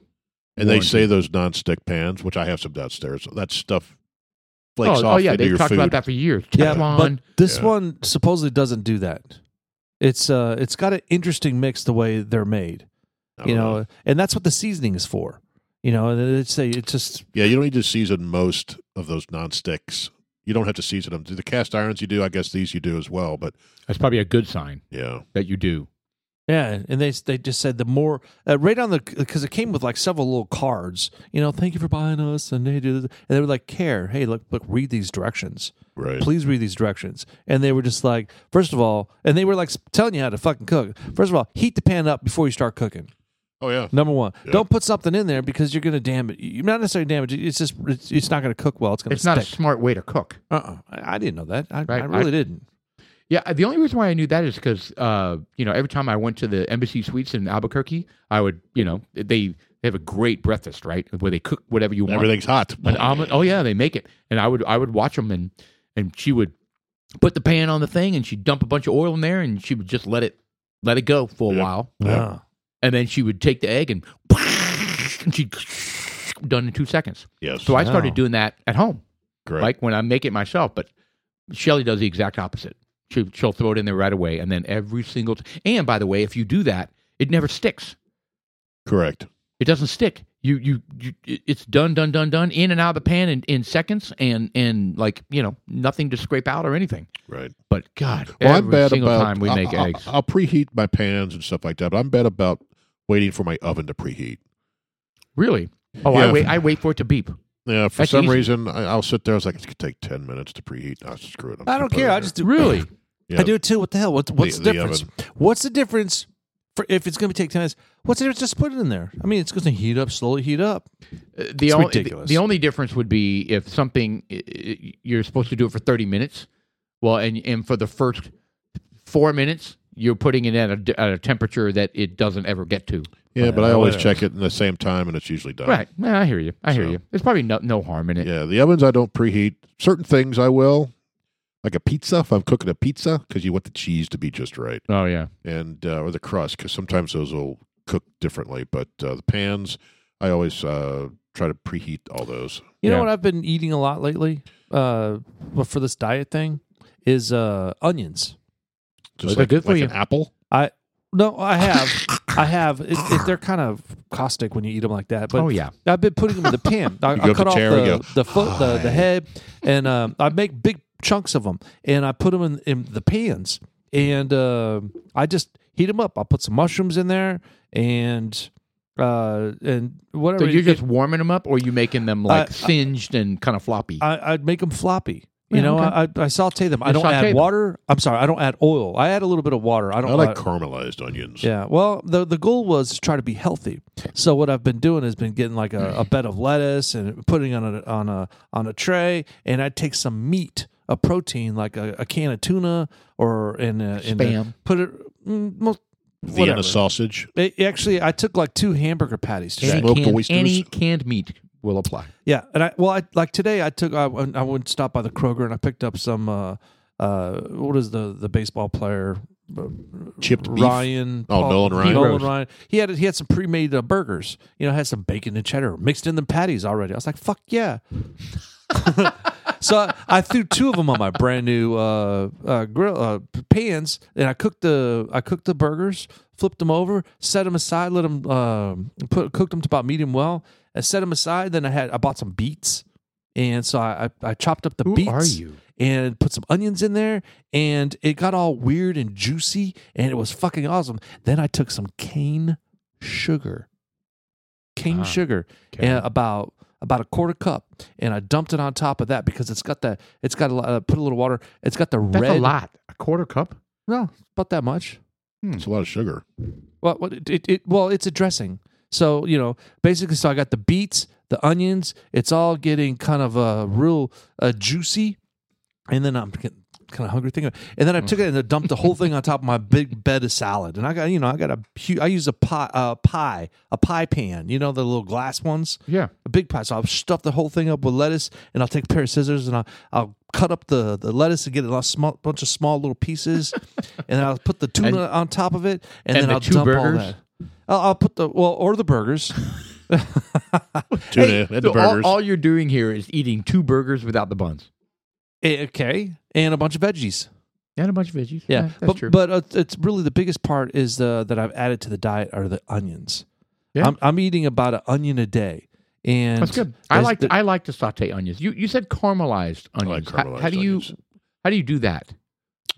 C: and they
B: Warranty.
C: say those non-stick pans, which I have some downstairs, that stuff flakes
B: Oh,
C: off
B: oh yeah,
C: into
B: they've
C: your
B: talked
C: food.
B: about that for years.
A: Yeah,
B: Teflon.
A: but this
C: Yeah.
A: one supposedly doesn't do that it's uh it's got an interesting mix the way they're made
C: I
A: you
C: don't
A: know and that's what the seasoning is for you know and it's a, it's just
C: Yeah, you don't need to season most of those non-sticks. You don't have to season them. The cast irons you do, I guess these you do as well. But
B: That's probably a good sign
C: yeah,
B: that you do.
A: Yeah, and they they just said the more uh, right on the because it came with like several little cards. You know, thank you for buying us, and they do, and they were like, care, hey, look, look, read these directions,
C: right.
A: please read these directions. And they were just like, first of all, and they were like telling you how to fucking cook. First of all, heat the pan up before you start cooking.
C: Oh yeah,
A: Number one,
C: Yeah.
A: don't put something in there because you're going to damage. You're not necessarily damage. It's just it's, it's not going to cook well. It's going to
B: It's not a
A: stick.
B: smart way to cook.
A: uh-uh. I, I didn't know that. I,
B: Right,
A: I
B: I-
A: really didn't.
B: Yeah, the only reason why I knew that is because uh, you know every time I went to the Embassy Suites in Albuquerque, I would you know they they have a great breakfast right where they cook whatever you want.
C: everything's hot.
B: an omelet. Oh yeah, they make it. And I would I would watch them and and she would put the pan on the thing and she'd dump a bunch of oil in there and she would just let it let it go for a
C: Yeah.
B: while.
C: Yeah.
A: Uh,
B: And then she would take the egg and, and she'd done in two seconds.
C: Yes,
B: So I started
A: Wow.
B: doing that at home,
C: correct.
B: like when I make it myself. But Shelly does the exact opposite. She, she'll throw it in there right away. And then every single t- and by the way, if you do that, it never sticks.
C: correct.
B: It doesn't stick. You you, you it- it's done, done, done, done, in and out of the pan in, in seconds, and and like you know nothing to scrape out or anything.
C: Right.
B: But God,
C: Well,
B: every
C: I'm bad
B: single
C: about.
B: time we
C: I-
B: make
C: I,
B: eggs.
C: will preheat my pans and stuff like that. But I'm bad about waiting for my oven to preheat.
B: really? Oh,
C: Yeah.
B: I wait. I wait for it to beep.
C: Yeah, for
B: That's
C: some
B: easy.
C: reason I, I'll sit there. I was like, it could take ten minutes to preheat. I screw it. I'm
A: I don't
C: just gonna put it
A: care.
C: in
A: I
C: there.
A: just do
B: Really?
C: Yeah.
A: I do it too. What the hell? What, what's the,
C: the
A: difference?
C: oven.
A: What's the difference for if it's going to take ten minutes? What's the difference? Just put it in there. I mean, it's going to heat up slowly. Heat up.
B: Uh, The
A: It's
B: only
A: ridiculous.
B: the only difference would be if something i- i- you're supposed to do it for thirty minutes. Well, and and for the first four minutes, you're putting it at a, d- at a temperature that it doesn't ever get to.
C: Yeah, but I
A: Yeah,
C: always
A: whatever.
C: check it in the same time, and it's usually done.
B: Right? Yeah, I hear you. I hear
C: So-
B: you. There's probably no, no harm in it.
C: Yeah, the ovens I don't preheat. Certain things I will, like a pizza. If I'm cooking a pizza, because you want the cheese to be just right,
B: Oh yeah.
C: and uh, or the crust, because sometimes those will cook differently. But uh, the pans, I always uh, try to preheat all those.
A: You know
B: Yeah.
A: what I've been eating a lot lately? Uh, well, for this diet thing, is uh onions.
C: Just
B: Those are
C: like,
B: good for
C: like
B: you.
C: an apple.
A: No, I have, I have. It, it, they're kind of caustic when you eat them like that. But
B: oh yeah.
A: I've been putting them in the pan. I,
C: You
A: I
C: go
A: cut
C: to
A: off
C: chair and
A: the,
C: go,
A: the foot, the, the head, and um, I make big chunks of them, and I put them in, in the pans, and uh, I just heat them up. I put some mushrooms in there, and uh, and whatever.
B: So you're
A: It-
B: just warming them up, or you making them like
A: I-
B: singed and kind of floppy?
A: I, I'd make them floppy. You
B: Yeah,
A: know,
B: okay.
A: I, I saute them. I
B: You
A: don't
B: saute
A: add
B: them.
A: water. I'm sorry, I don't add oil. I add a little bit of water. I
C: I,
A: don't
C: like
A: uh,
C: caramelized onions.
A: Yeah. Well, the the goal was to try to be healthy. So what I've been doing is been getting like a, a bed of lettuce and putting it on a on a on a tray, and I take some meat, a protein like a, a can of tuna or in a, in a-
B: Spam.
A: put it. Mm, most,
C: Vienna
A: whatever.
C: sausage.
A: It- actually, I took like two hamburger patties today.
B: any,
C: smoked
B: canned,
C: oysters?
B: any canned meat will apply.
A: Yeah, and I well, I like today I took I, went- I went stop by the Kroger and I picked up some uh, uh, what is the the baseball player? uh,
C: Chipped beef?
A: Ryan.
C: Oh, Nolan Ryan.
A: Nolan
C: Gross.
A: Ryan. He had he had some pre-made uh, burgers. You know, had some bacon and cheddar mixed in the patties already. I was like, fuck yeah. so I, I threw two of them on my brand new uh, uh, grill uh, p- pans, and I cooked the I cooked the burgers, flipped them over, set them aside, let them um put cooked them to about medium well, and set them aside. Then I had I bought some beets, and so I I, I chopped up the
B: Who
A: beets
B: are you?
A: and put some onions in there and it got all weird and juicy and it was fucking awesome. Then I took some cane sugar. Cane
B: Ah,
A: sugar
B: okay.
A: and about about a quarter cup and I dumped it on top of that because it's got that it's got a lot uh, put a little water. It's got the
B: That's
A: red
B: a lot. A quarter cup.
A: No, about that much.
C: It's a lot of sugar.
A: Well, what it, it, it well, it's a dressing. So you know, basically, so I got the beets, the onions. It's all getting kind of uh, real uh, juicy, and then I'm getting kind of hungry. Thinking, and then I took it and I dumped the whole thing on top of my big bed of salad. And I got you know, I got a hu- I use a pie, uh, pie, a pie pan. You know, the little glass ones
B: Yeah.
A: a big pie. So I'll stuff the whole thing up with lettuce, and I'll take a pair of scissors and I'll, I'll cut up the, the lettuce and get a lot small, bunch of small little pieces, and then I'll put the tuna
B: And-
A: on top of it, and,
B: and
A: then
B: the
A: I'll
B: two
A: dump
B: burgers?
A: all that. I'll, I'll put the well or the burgers.
C: Tuna and the
B: so all-
C: burgers.
B: all you're doing here is eating two burgers without the buns.
A: Eh, okay, and a bunch of veggies.
B: And a bunch of veggies.
A: Yeah,
B: that's
A: but
B: true.
A: but uh, it's really the biggest part is the that I've added to the diet are the onions.
B: Yeah.
A: I'm, I'm eating about an onion a day, and
B: that's good. I
A: there's
B: like
A: the-
B: I like to saute onions. You you said caramelized onions. How- how,
C: caramelized
B: do you
C: onions.
B: how do you do that?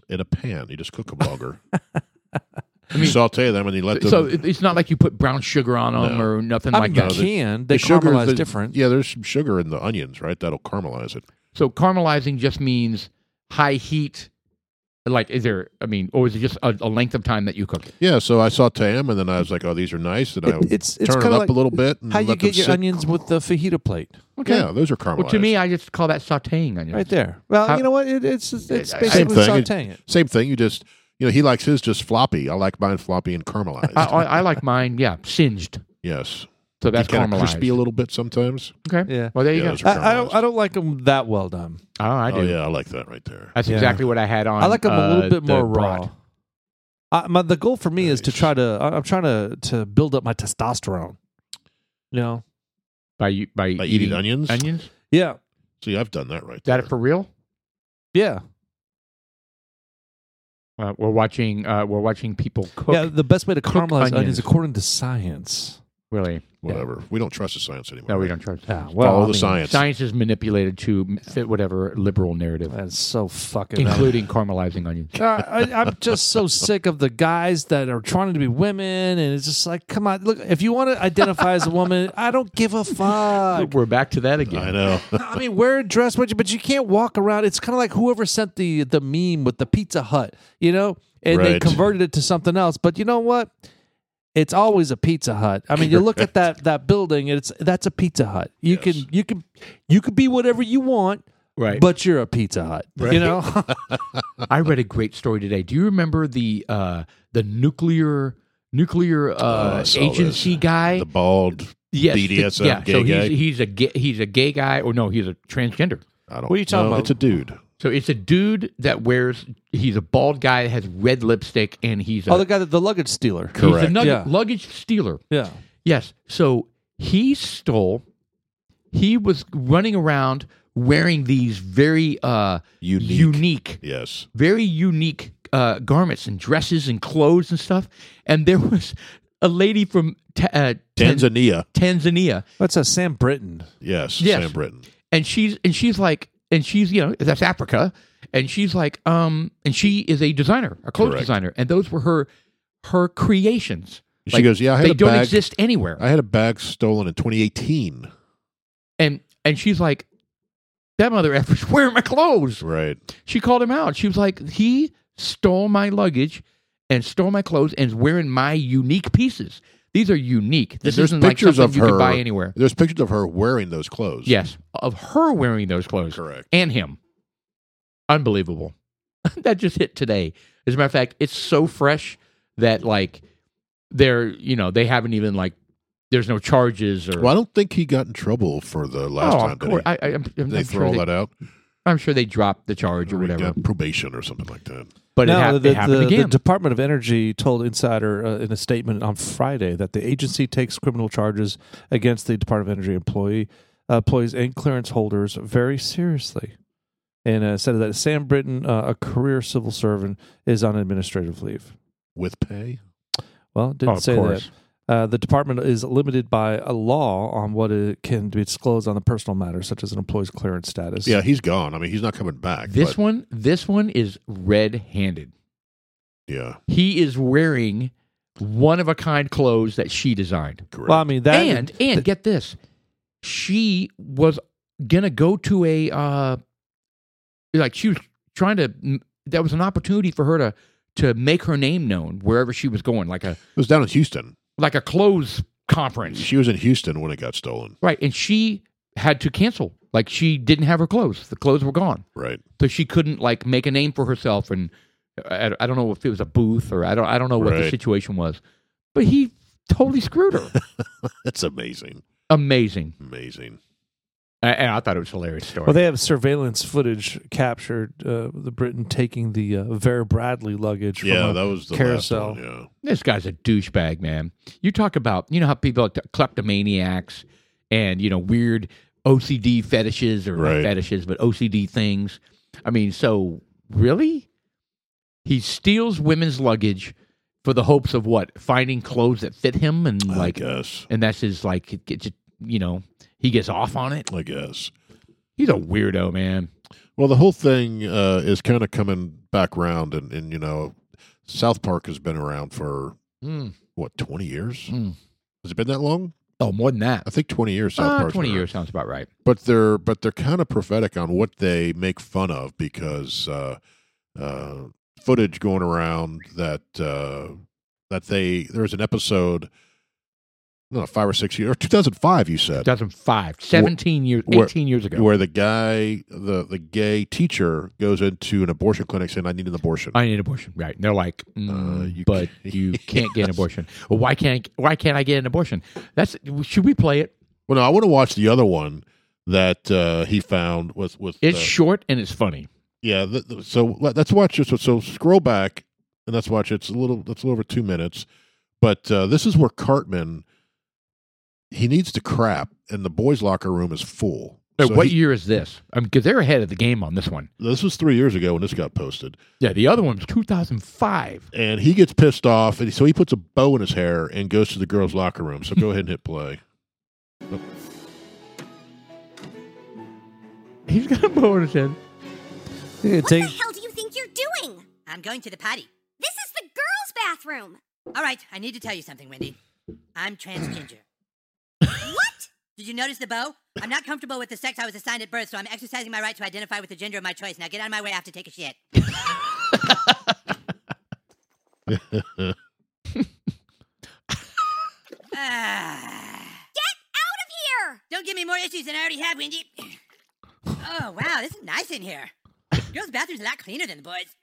C: in a pan. You just cook them longer.
B: mean-
C: you saute them and you let them.
B: so it, it's not like you put brown sugar on them
C: No.
B: or nothing
A: I
B: like
A: mean,
B: that.
A: you can they
C: the sugar
A: caramelize
C: the-
A: different.
C: Yeah, there's some sugar in the onions, right? That'll caramelize it.
B: So caramelizing just means high heat. Like, is there? I mean, or is it just a, a length of time that you cook it?
C: Yeah, so I saute them and then I was like, oh, these are nice. And I
A: It- it's it's
C: turn
A: kind
C: it
A: of
C: up
A: like
C: a little bit. And
A: how you
C: let them
A: get your
C: sit.
A: onions with the fajita plate.
C: Yeah, those are caramelized.
B: Well, to me, I just call that sautéing onions.
A: Right there. Well,
B: How-
A: you know what? It, it's it's
B: I- I-
C: same
A: basically
C: thing.
A: sauteing it.
C: Same thing. You just, you know, he likes his just floppy. I like mine floppy and caramelized.
B: I, I, I like mine. Yeah, singed.
C: yes.
B: So that's
C: kind
B: caramelized.
C: of crispy a little bit sometimes.
B: Okay.
A: Yeah.
B: Well, there you
C: Yeah,
B: go.
C: those are
A: I, I don't
C: caramelized.
A: I don't like them that well done.
B: Oh, I do.
C: Oh, yeah, I like that right there.
B: That's
A: Yeah.
B: exactly what I had on.
A: I like them a
B: uh,
A: little bit
B: the
A: more
B: brat.
A: raw. I, my, the goal for me is to
C: Nice.
A: try to I- I'm trying to to build up my testosterone. You know.
B: by you- by,
C: By eating onions?
B: Onions?
A: Yeah.
C: See, I've done that right
B: That
C: there.
B: it for real?
A: Yeah.
B: Uh, we're watching. Uh, we're watching people cook.
A: Yeah, the best way to
B: cook
A: caramelize onions.
B: onions.
A: according to science.
B: Really?
C: Whatever. We don't trust the science anymore.
B: No, we
C: right?
B: don't trust.
A: Yeah,
B: onions.
A: well,
C: Follow
A: I
C: the
A: mean,
C: science.
B: Science is manipulated to fit whatever liberal narrative,
A: That's so fucking
B: including caramelizing onions.
A: Uh, I, I'm just so sick of the guys that are trying to be women, and it's just like, come on, look. If you want to identify as a woman, I don't give a fuck.
B: We're back to that again.
C: I know.
A: I mean, wear a dress, what you- but you can't walk around. It's kind of like whoever sent the the meme with the Pizza Hut, you know, and they
C: Right.
A: converted it to something else. But you know what? It's always a Pizza Hut. I mean, you look at that that building, and it's that's a Pizza Hut. You can you can you can be whatever you want,
B: Right.
A: but you're a Pizza Hut. You know,
B: I read a great story today. Do you remember the uh, the nuclear nuclear
C: Oh,
B: uh,
C: I saw
B: agency
C: this.
B: guy?
C: The bald.
B: yes, the-
C: BDSM
B: yeah.
C: gay
B: so
C: guy?
B: he's he's a gay, he's a gay guy, or no, he's a transgender.
C: I don't
A: What are you talking
C: no,
A: about?
C: It's a dude.
B: So it's a dude that wears. He's a bald guy that has red lipstick, and he's a
A: oh, the guy that the luggage stealer.
B: he's a
C: Correct.
B: nug-
A: Yeah.
B: luggage stealer.
A: Yeah.
B: Yes. So he stole. He was running around wearing these very uh,
C: Unique.
B: unique
C: Yes.
B: very unique uh, garments and dresses and clothes and stuff. And there was a lady from ta- uh, Tan-
C: Tanzania.
B: Tanzania,
A: That's a Sam Britton.
C: Yes.
B: Yes.
C: Sam Britton.
B: and she's and she's like, and she's you know that's Africa, and she's like, um, and she is a designer, a clothes
C: Correct.
B: designer, and those were her her creations.
C: She goes, "Yeah, I had
B: they
C: a
B: don't
C: bag-
B: exist anywhere."
C: I had a bag stolen in 2018.
B: and and she's like, "That mother effer's wearing my clothes."
C: Right.
B: She called him out. She was like, he stole my luggage and stole my clothes and is wearing my unique pieces. These are unique. This
C: there's
B: isn't
C: pictures
B: like
C: of
B: something you
C: her
B: can buy anywhere.
C: There's pictures of her wearing those clothes.
B: Yes, of her wearing those clothes
C: Correct.
B: and him. Unbelievable. that just hit today. As a matter of fact, it's so fresh that like they're you know they haven't even like there's no charges or
C: Well, I don't think he got in trouble for the last
B: oh
C: time.
B: of
C: did
B: course
C: he?
B: I, I, am
C: Did they throw all that out?
B: I'm sure they dropped the charge or
C: Or he
B: whatever.
C: got probation or something like that.
B: But it,
A: Now,
B: hap-
A: the,
B: it happened
A: the- the
B: again.
A: Department of Energy told Insider uh, in a statement on Friday that the agency takes criminal charges against the Department of Energy employee uh, employees and clearance holders very seriously, and uh, said that Sam Britton, uh, a career civil servant, is on administrative leave.
C: With pay?
A: Well, it
C: Oh,
A: didn't
B: Oh, of
A: say
B: course.
A: that. Uh, the department is limited by a law on what it can be disclosed on a personal matter, such as an employee's clearance status.
C: Yeah, he's gone. I mean, he's not coming back.
B: This
C: but,
B: one, this one is red-handed.
C: Yeah,
B: He is wearing one of a kind clothes that she designed.
C: correct.
A: Well, I mean that
B: and and get this, she was gonna go to a uh, like she was trying to. That was an opportunity for her to to make her name known wherever she was going, like a
C: it was down in Houston.
B: like a clothes conference,
C: She was in Houston when it got stolen.
B: right? And she had to cancel. Like she didn't have her clothes; the clothes were gone,
C: Right.
B: so she couldn't like make a name for herself. And I, I don't know if it was a booth or I don't I don't know what the
C: Right.
B: situation was, but he totally screwed her.
C: That's amazing.
B: Amazing,
C: Amazing.
B: and, and I thought it was a hilarious story.
A: Well, they have surveillance footage captured uh, the Briton taking the uh, Vera Bradley luggage. From
C: yeah,
A: a-
C: that was the
A: carousel.
C: Last one, yeah.
B: This guy's a douchebag, man. You talk about, you know how people are t- kleptomaniacs and, you know, weird OCD fetishes or not
C: Right.
B: fetishes, but OCD things. I mean, so really? He steals women's luggage for the hopes of what? Finding clothes that fit him and
C: I
B: like,
C: guess.
B: and that's his, like, it gets, you know, he gets off on it.
C: I guess.
B: He's a weirdo, man.
C: Well, the whole thing uh, is kind of coming back round, and, and you know, South Park has been around for
B: Mm,
C: what twenty years?
B: mm.
C: Has it been that long?
B: Oh, more than that.
C: I think twenty years. South
B: Uh,
C: Park's
B: 20
C: been around.
B: years sounds about right.
C: but they're but they're kind of prophetic on what they make fun of because uh, uh, footage going around that uh, that they there's an episode, no five or six years or 2005 you said
B: 2005, 17 years,
C: where-
B: 18 years ago.
C: where the guy the the gay teacher goes into an abortion clinic saying I need an abortion.
B: I need an abortion, right? And they're like, mm,
C: you
B: but
C: can't-
B: you can't get an
C: Yes.
B: abortion. Well, why can't why can't I get an abortion? That's should we play it?
C: well, no, I want to watch the other one that uh, he found with with
B: It's
C: uh,
B: short and it's funny.
C: Yeah. Th- th- so let- let's watch this. So, so scroll back and let's watch. it. It's a little. That's a little over two minutes. But uh, this is where Cartman he needs to crap, and the boys' locker room is full.
B: Uh,
C: So
B: what
C: he-
B: year is this? I mean, because they're ahead of the game on this one.
C: this was three years ago when this got posted,
B: Yeah, the other one was 2005.
C: and he gets pissed off, and so he puts a bow in his hair and goes to the girls' locker room. So go ahead and hit play.
B: He's got a bow in his head.
A: Yeah,
E: What
A: take-
E: the hell do you think you're doing?
F: I'm going to the potty.
E: This is the girls' bathroom.
F: All right, I need to tell you something, Wendy. I'm transgender.
E: What?
F: Did you notice the bow? I'm not comfortable with the sex I was assigned at birth, so I'm exercising my right to identify with the gender of my choice. Now get out of my way, I have to take a shit. Ah,
E: Out of here!
F: don't give me more issues than I already have, Wendy. Oh, wow, this is nice in here. Girls' bathroom's a lot cleaner than the boys'.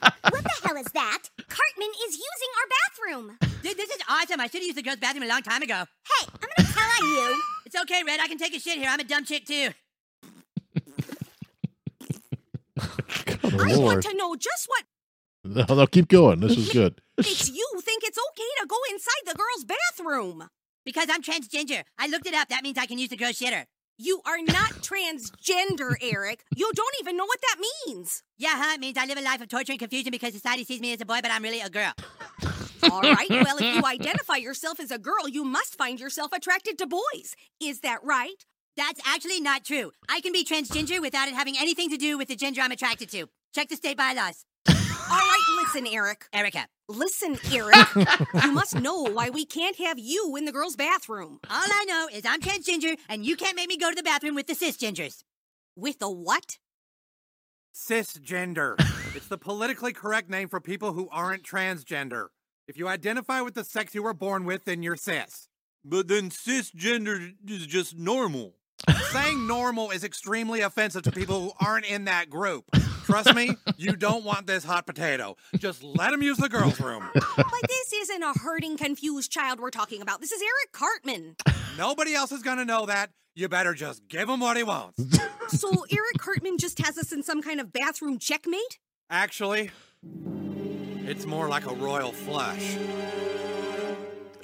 E: What the hell is that? Cartman is using our bathroom.
F: Dude, this is awesome. I should have used the girls' bathroom a long time ago.
E: Hey, I'm gonna tell on you.
F: It's okay, Red. I can take a shit here. I'm a dumb chick, too.
E: I want to know just what
C: No, no, keep going. This is good.
E: makes you think it's okay to go inside the girls' bathroom.
F: Because I'm transgender. I looked it up. That means I can use the girl shitter.
E: You are not transgender, Eric. You don't even know what that means.
F: Yeah, huh? It means I live a life of torture and confusion because society sees me as a boy, but I'm really a girl.
E: All right, well, if you identify yourself as a girl, you must find yourself attracted to boys. Is that right?
F: That's actually not true. I can be transgender without it having anything to do with the gender I'm attracted to. Check the state bylaws.
E: All right, listen, Eric.
F: Erica.
E: Listen, Eric. you must know why we can't have you in the girls' bathroom.
F: All I know is I'm transgender, and you can't make me go to the bathroom with the cisgenders.
E: With a what?
G: Cisgender. it's the politically correct name for people who aren't transgender. If you identify with the sex you were born with, then you're cis.
H: But then cisgender is just normal.
G: Saying normal is extremely offensive to people who aren't in that group. Trust me, you don't want this hot potato. Just let him use the girls' room.
E: But this isn't a hurting, confused child we're talking about. This is Eric Cartman.
G: Nobody else is going to know that. you better just give him what he wants.
E: So Eric Hartman just has us in some kind of bathroom checkmate?
G: Actually, it's more like a royal flush.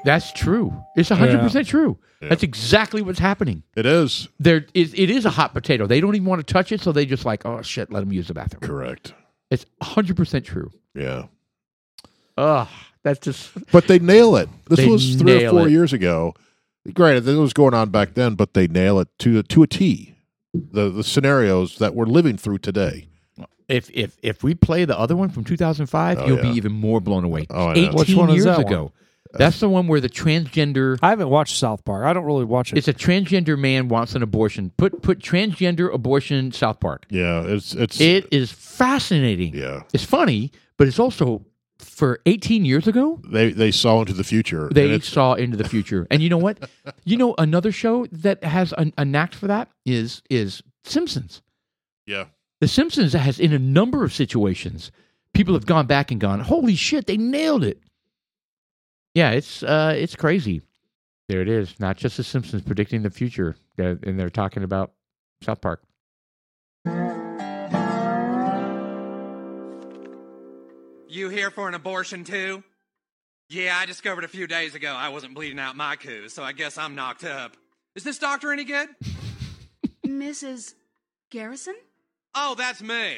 B: That's true. It's 100% true. That's exactly what's happening.
C: It is
B: There is it is a hot potato. They don't even want to touch it, so they just like, oh shit, let them use the bathroom.
C: correct.
B: It's 100% true.
C: Yeah,
B: Ugh, that's just
C: but they nail it. This
B: They
C: was three or
B: nail
C: four
B: it.
C: years ago. Granted, this was going on back then, but they nail it to to a T. The the scenarios that we're living through today.
B: if if if we play the other one from 2005,
C: Oh,
B: you'll
C: yeah.
B: be even more blown away.
C: Oh, I know.
B: 18
A: Which one is
B: years
A: that
B: ago. That's the one where the transgender
A: I haven't watched South Park. I don't really watch it.
B: it's a transgender man wants an abortion. Put put transgender abortion South Park.
C: Yeah, it's it's
B: It is fascinating.
C: yeah.
B: It's funny, but it's also for 18 years ago,
C: They they saw into the future. and
B: they
C: it's-
B: saw into the future. And you know what? you know another show that has a, a knack for that is is Simpsons.
C: yeah.
B: The Simpsons has, in a number of situations, people have gone back and gone, "Holy shit, they nailed it!" Yeah, it's uh, it's crazy. There it is. Not just the Simpsons predicting the future, uh, and they're talking about South Park.
G: You here for an abortion too? Yeah, I discovered a few days ago I wasn't bleeding out my coos, so I guess I'm knocked up. Is this doctor any good?
I: Mrs. Garrison?
G: Oh, that's me.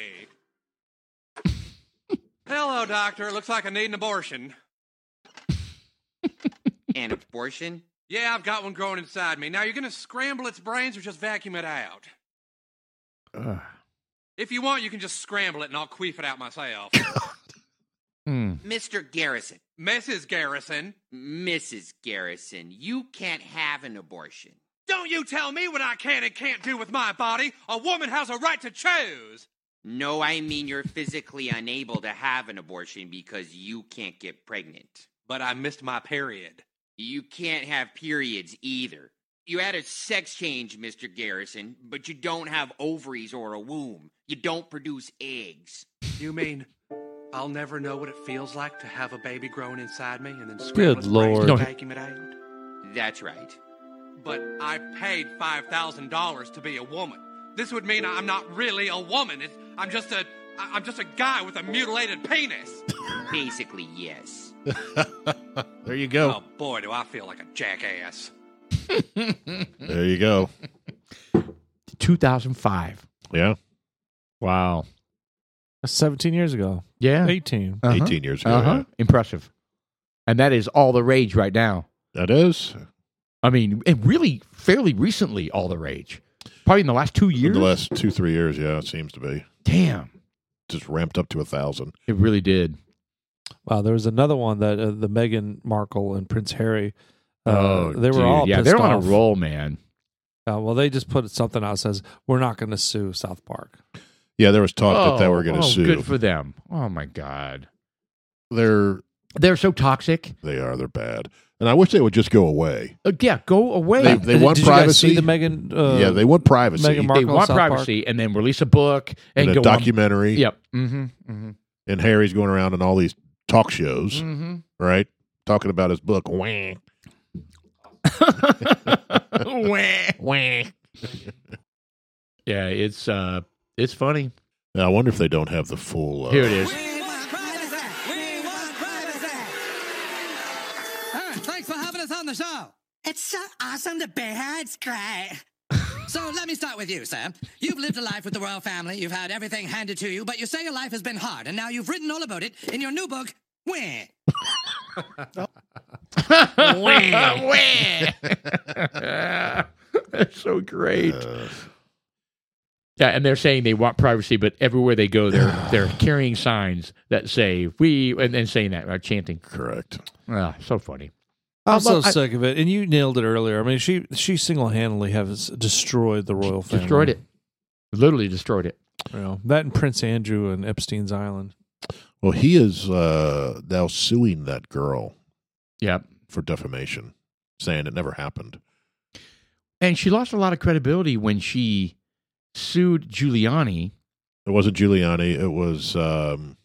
G: Hello, doctor. Looks like I need an abortion.
J: An abortion?
G: Yeah, I've got one growing inside me. Now, you're gonna scramble its brains or just vacuum it out? If you want, you can just scramble it and I'll queef it out myself.
B: Hmm.
J: Mr. Garrison,
G: Mrs. Garrison,
J: Mrs. Garrison, you can't have an abortion.
G: don't you tell me what I can and can't do with my body. A woman has a right to choose.
J: No, I mean you're physically unable to have an abortion because you can't get pregnant.
G: But I missed my period.
J: You can't have periods either. You had a sex change, Mr. Garrison, but you don't have ovaries or a womb. You don't produce eggs.
G: You mean I'll never know what it feels like to have a baby growing inside me and then
A: Good
G: scramble its brains
A: lord.
G: to
B: No.
G: vacuum it out?
J: That's right.
G: But I paid five thousand dollars to be a woman. This would mean I'm not really a woman. It's, I'm just a I- I'm just a guy with a mutilated penis.
J: Basically, yes.
C: There you go.
G: Oh boy, do I feel like a jackass.
C: There you go.
B: 2005.
C: Yeah.
B: Wow.
A: That's 17 years ago.
B: Yeah.
A: 18.
B: Uh-huh.
C: 18 years ago.
B: Uh-huh.
C: yeah.
B: Impressive. And that is all the rage right now.
C: That is.
B: I mean, and really fairly recently, all the rage. Probably in the last two
C: In
B: years.
C: the last two, three years, yeah, it seems to be.
B: Damn.
C: Just ramped up to a thousand.
B: It really did.
A: Wow, there was another one that uh, the Meghan Markle and Prince Harry. Uh,
C: Oh,
A: they were
B: Oh, dude.
A: all
B: yeah.
A: pissed
B: They're on
A: off.
B: a roll, man.
A: Uh, well, they just put something out that says we're not going to sue South Park.
C: Yeah, there was talk that they were going
B: oh,
C: to sue.
B: Good for them. Oh my god,
C: they're
B: they're so toxic.
C: they are they're bad, and I wish they would just go away.
B: Uh, yeah, go away.
C: They,
B: They,
C: they
A: Did-
C: want
A: did
C: privacy.
A: You guys see the Meghan. Uh,
C: yeah, they want privacy
A: Meghan Markle
B: want
A: South Park?
B: privacy, and then release a book and, go
C: and a
B: on-
C: documentary.
B: Yep. Mm-hmm, mm-hmm,
C: and Harry's going around in all these talk shows,
B: mm-hmm.
C: right? Talking about his book. Wah.
B: Mm-hmm. Wah, wah. yeah, it's uh, it's funny.
C: Now, I wonder if they don't have the full. Uh,
B: Here it is.
F: We want privacy. We want privacy.
G: Thanks for having us on the show.
F: It's so awesome to be here. It's great.
G: So let me start with you, Sam. You've lived a life with the royal family. You've had everything handed to you, but you say your life has been hard, and now you've written all about it in your new book. Wah.
B: That's so great.
C: uh,
B: yeah, and they're saying they want privacy, but everywhere they go, they're they're carrying signs that say "we" and then saying that, uh, chanting.
C: Correct.
B: Ah, so funny.
A: I'm so
B: love- I-
A: sick of it. And you nailed it earlier. I mean, she she single handedly has destroyed the royal family.
B: Destroyed it. Literally destroyed it.
A: You know, that and Prince Andrew and Epstein's Island.
C: Well, he is uh, now suing that girl
B: Yep.
C: for defamation, saying it never happened.
B: And she lost a lot of credibility when she sued Giuliani.
C: It wasn't Giuliani. It was um,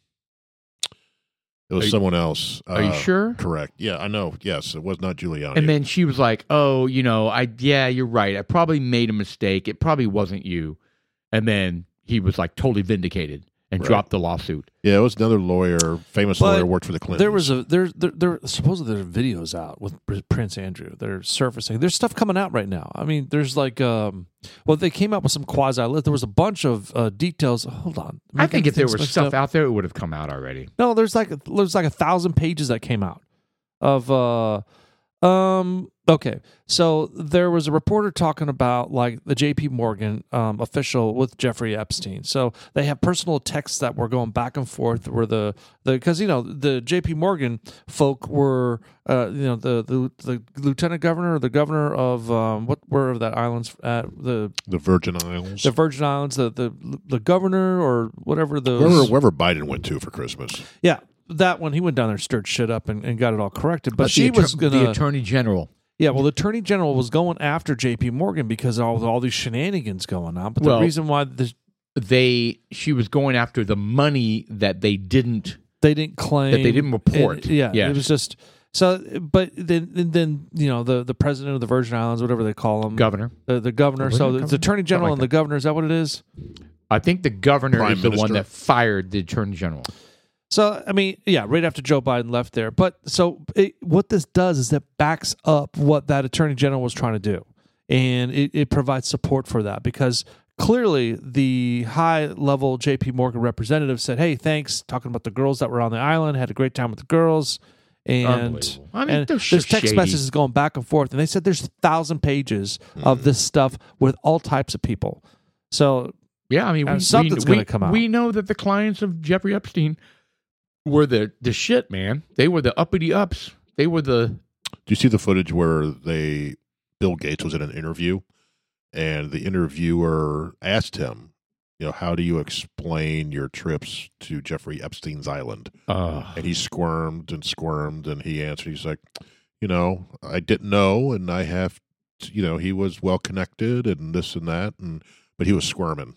C: It was
B: Are you-
C: someone else. Uh,
B: Are you sure?
C: Correct. Yeah, I know. Yes, it was not Giuliani.
B: And then she was like, "Oh, you know, I yeah, you're right. I probably made a mistake. It probably wasn't you." And then he was like totally vindicated and
C: Right.
B: dropped the lawsuit.
C: yeah, it was another lawyer, famous
A: But
C: lawyer, worked for the Clintons.
A: There was a there there, there supposedly there's videos out with Pr- Prince Andrew. They're surfacing. There's stuff coming out right now. I mean, there's like um well they came out with some quasi lit. There was a bunch of uh, details. Hold on. Am
B: I think
A: getting
B: if there
A: things
B: was
A: mixed
B: stuff
A: up?
B: out there, it would have come out already.
A: No, there's like there's like a thousand pages that came out of uh um okay. So there was a reporter talking about like the JP Morgan um official with Jeffrey Epstein. So they have personal texts that were going back and forth where the the cuz you know the JP Morgan folk were uh you know the the, the lieutenant governor or the governor of um what were that islands at the
C: the Virgin Islands.
A: the Virgin Islands the the the governor or whatever those
C: wherever, wherever Biden went to for Christmas.
A: yeah, that one he went down there, and stirred shit up, and, and got it all corrected. But
B: Like
A: she
B: the
A: was
B: attor-
A: gonna.
B: the attorney general.
A: yeah, well, the attorney general was going after J.P. Morgan because of all all these shenanigans going on. But
B: Well-
A: the reason why the,
B: They she was going after the money that they didn't.
A: they didn't claim
B: That they didn't report.
A: it- yeah,
B: Yeah.
A: it was just so. But then, then- then you know the the president of the Virgin Islands, whatever they call him,
B: Governor.
A: the, the governor. So
B: Governor?
A: it's the attorney general
B: like
A: and the governor. Is that what it is?
B: I think the governor
C: Prime
B: is the one
C: Minister.
B: that fired the attorney general.
A: So I mean, yeah, right after Joe Biden left there. But so it, what this does is it backs up what that attorney general was trying to do, and it, it provides support for that because clearly the high level J.P. Morgan representative said, "Hey, thanks," talking about the girls that were on the island, had a great time with the girls. And,
B: Unbelievable. I mean,
A: and
B: they're
A: there's
B: so
A: text
B: shady.
A: messages going back and forth, and they said there's thousand pages
B: Mm-hmm.
A: of this stuff with all types of people. So
B: Yeah, I mean,
A: Uh,
B: we,
A: something's
B: we, we-
A: gonna come out.
B: We know that the clients of Jeffrey Epstein were the the shit, man. They were the uppity ups. They were the
C: Do you see the footage where they Bill Gates was in an interview and the interviewer asked him, you know, how do you explain your trips to Jeffrey Epstein's island?
B: uh,
C: And he squirmed and squirmed and he answered, he's like, you know, I didn't know and I have to, you know, he was well connected and this and that and but he was squirming.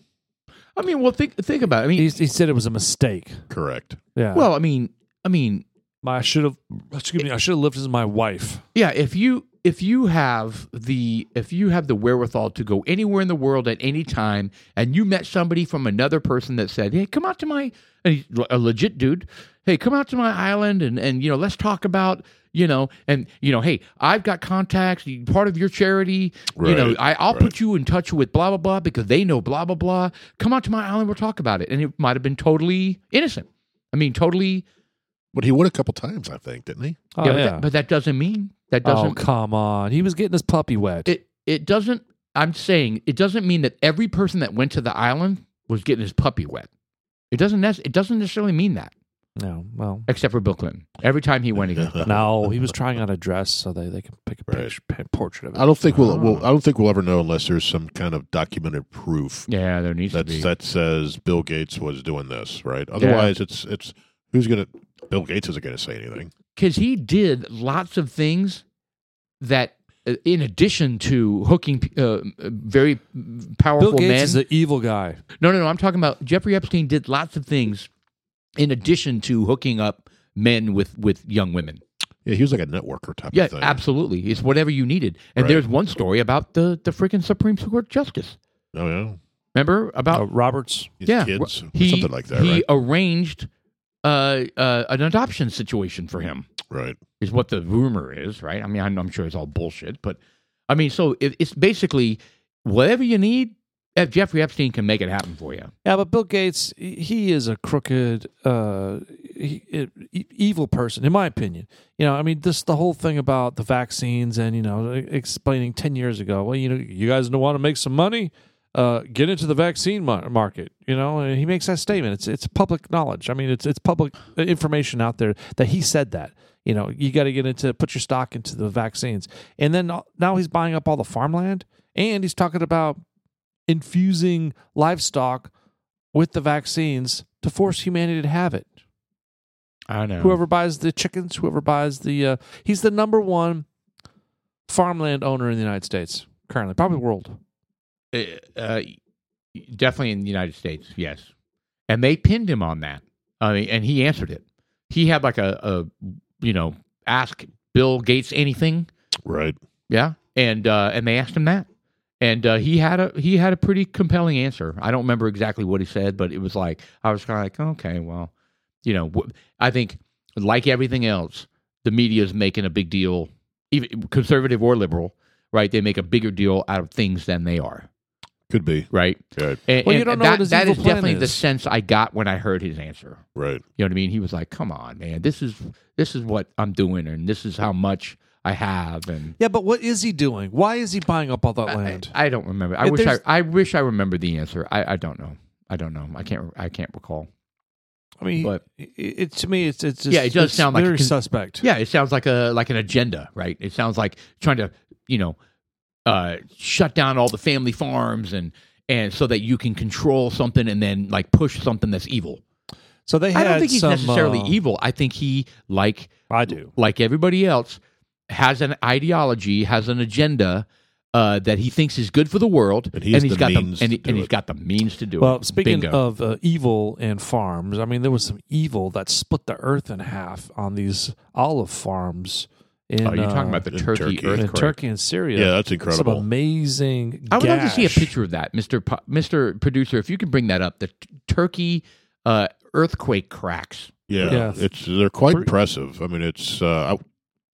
B: I mean, well, think think about. It. I mean,
A: he, he said it was a mistake.
C: Correct.
A: Yeah.
B: well, I mean, I mean,
A: My, I should have. Excuse me. I should have lived as my wife.
B: yeah. If you if you have the if you have the wherewithal to go anywhere in the world at any time, and you met somebody from another person that said, "Hey, come out to my," and he's a legit dude. Hey, come out to my island, and and you know, let's talk about you know, and you know, hey, I've got contacts. you- Part of your charity, you know,
C: Right,
B: I, I'll
C: right.
B: put you in touch with blah blah blah because they know blah blah blah. Come out to my island, we'll talk about it, and it might have been totally innocent. I mean, totally.
C: But he would a couple times, I think, didn't he?
A: Oh,
B: yeah, but, That, but that doesn't mean that
A: oh,
B: doesn't
A: come on. He was getting his puppy wet.
B: it it doesn't. I'm saying it doesn't mean that every person that went to the island was getting his puppy wet. It doesn't. nec- It doesn't necessarily mean that,
A: no. Well,
B: except for Bill Clinton. Every time he went, he goes,
A: no. He was trying on a dress so they, they can pick a picture, portrait of
C: I
A: it.
C: don't think we'll, we'll I don't think we'll ever know unless there's some kind of documented proof
B: "Yeah, there needs to
C: that's
B: be."
C: that says Bill Gates was doing this, right? Otherwise, it's it's who's gonna Bill Gates isn't gonna say anything.
B: because he did lots of things that, uh, in addition to hooking uh, very powerful
A: Bill Gates
B: men,
A: is an evil guy.
B: no, no, no. I'm talking about Jeffrey Epstein did lots of things in addition to hooking up men with with young women.
C: Yeah, he was like a networker type
B: Yeah,
C: of thing.
B: absolutely. It's whatever you needed. And
C: Right.
B: there's one story about the the freaking Supreme Court justice.
C: Oh yeah,
B: Remember about
A: Uh, Roberts.
C: Oh, His
B: yeah
C: kids,
B: wh- he-
C: something like that,
B: He
C: right?
B: arranged uh, uh, an adoption situation for him.
C: Right.
B: Is what the rumor is, right? I mean, I'm, I'm sure it's all bullshit, but I mean, so it, it's basically whatever you need. If Jeffrey Epstein can make it happen for you,
A: Yeah, but Bill Gates, he- he is a crooked, uh, he, e- evil person, in my opinion. You know, I mean, this the whole thing about the vaccines and you know, e- explaining ten years ago. Well, you know, you guys don't want to make some money, uh, get into the vaccine mar- market. You know, and he makes that statement. It's it's public knowledge. I mean, it's it's public information out there that he said that. You know, you got to get into put your stock into the vaccines, and then uh, now he's buying up all the farmland, and he's talking about infusing livestock with the vaccines to force humanity to have it.
B: I know.
A: Whoever buys the chickens, whoever buys the uh, he's the number one farmland owner in the United States currently, probably world.
B: uh, uh, definitely in the United States, yes. And they pinned him on that. I mean, and he answered it. he had like a, a you know ask Bill Gates anything,
C: right?
B: Yeah, and uh, and they asked him that, and uh, he had a he had a pretty compelling answer. I don't remember exactly what he said, but it was like I was kind of like, okay, well, you know, wh- I think like everything else, the media is making a big deal, even conservative or liberal, right? They make a bigger deal out of things than they are.
C: Could be
B: right.
C: Good.
B: And,
A: Well, you
B: and
A: don't know
B: that,
A: what his
B: that
A: evil
B: is
A: plan
B: definitely the
A: is.
B: sense I got when I heard his answer.
C: Right.
B: You know what I mean? He was like, "Come on, man. This is this is what I'm doing, and this is how much I have." And
A: Yeah, but what is he doing? Why is he buying up all that land?
B: I don't remember. I
A: If
B: wish I,
A: there's-
B: I wish I remembered the answer. I, I don't know. I don't know. I can't. I can't recall.
A: I mean,
B: But-
A: it, it- to me, it's it's just,
B: yeah, it does
A: it's
B: sound like a
A: very
B: con-
A: suspect.
B: Yeah, it sounds like a like an agenda, right? It sounds like trying to you know uh, shut down all the family farms and and so that you can control something and then like push something that's evil.
A: So they
B: I
A: had
B: don't think he's
A: some,
B: necessarily
A: uh,
B: evil. I think he like
A: I do.
B: like everybody else, has an ideology, has an agenda uh, that he thinks is good for the world,
C: And he has
B: he's
C: the
B: got
C: means
B: the and, he,
C: to do
B: and he's
C: it.
B: got the means to do it.
A: Well, speaking
B: Bingo.
A: of uh, evil and farms, I mean, there was some evil that split the earth in half on these olive farms. In,
B: oh, you're
A: uh,
B: talking about the
C: in
B: Turkey,
C: Turkey.
A: in
B: earthquake.
A: Turkey and Syria.
C: Yeah, that's
A: Some
C: incredible.
A: amazing.
B: I would love to see a
A: gash.
B: picture of that, Mister Po Mister Producer. If you can bring that up, the t- Turkey uh, earthquake cracks.
C: Yeah,
A: Yeah.
C: it's they're quite
A: Pretty-
C: impressive. I mean, it's uh, I,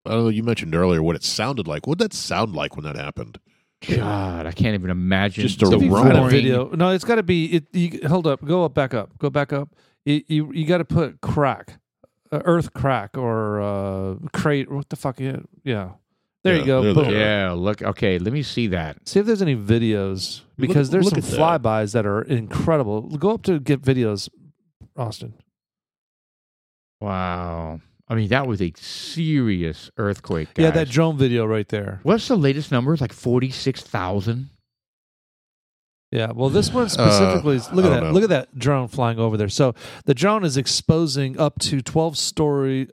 C: I don't know. You mentioned earlier what it sounded like. What did that sound like when that happened?
B: God, I can't even imagine.
C: Just a
B: the
A: If you
C: roaring-
A: find a
B: roaring-
A: video. No, it's got to be. It, you, hold up. Go up. Back up. Go back up. You you, you got to put crack, uh, earth crack or uh, crate. What the fuck? Yeah. yeah. There
C: Yeah,
A: you go.
C: there
A: Boom.
C: they are.
B: Yeah, look. Okay, let me see that.
A: See if there's any videos
C: Look-
A: because there's
C: look
A: some
C: at that.
A: flybys that are incredible. Go up to get videos, Austin.
B: Wow. I mean, that was a serious earthquake.
A: Yeah, that
B: guys.
A: drone video right there.
B: What's the latest number? It's like 46,000.
A: Yeah, well, this one specifically is look
C: Uh, I
A: at
C: don't
A: that.
C: know.
A: Look at that drone flying over there. So the drone is exposing up to twelve story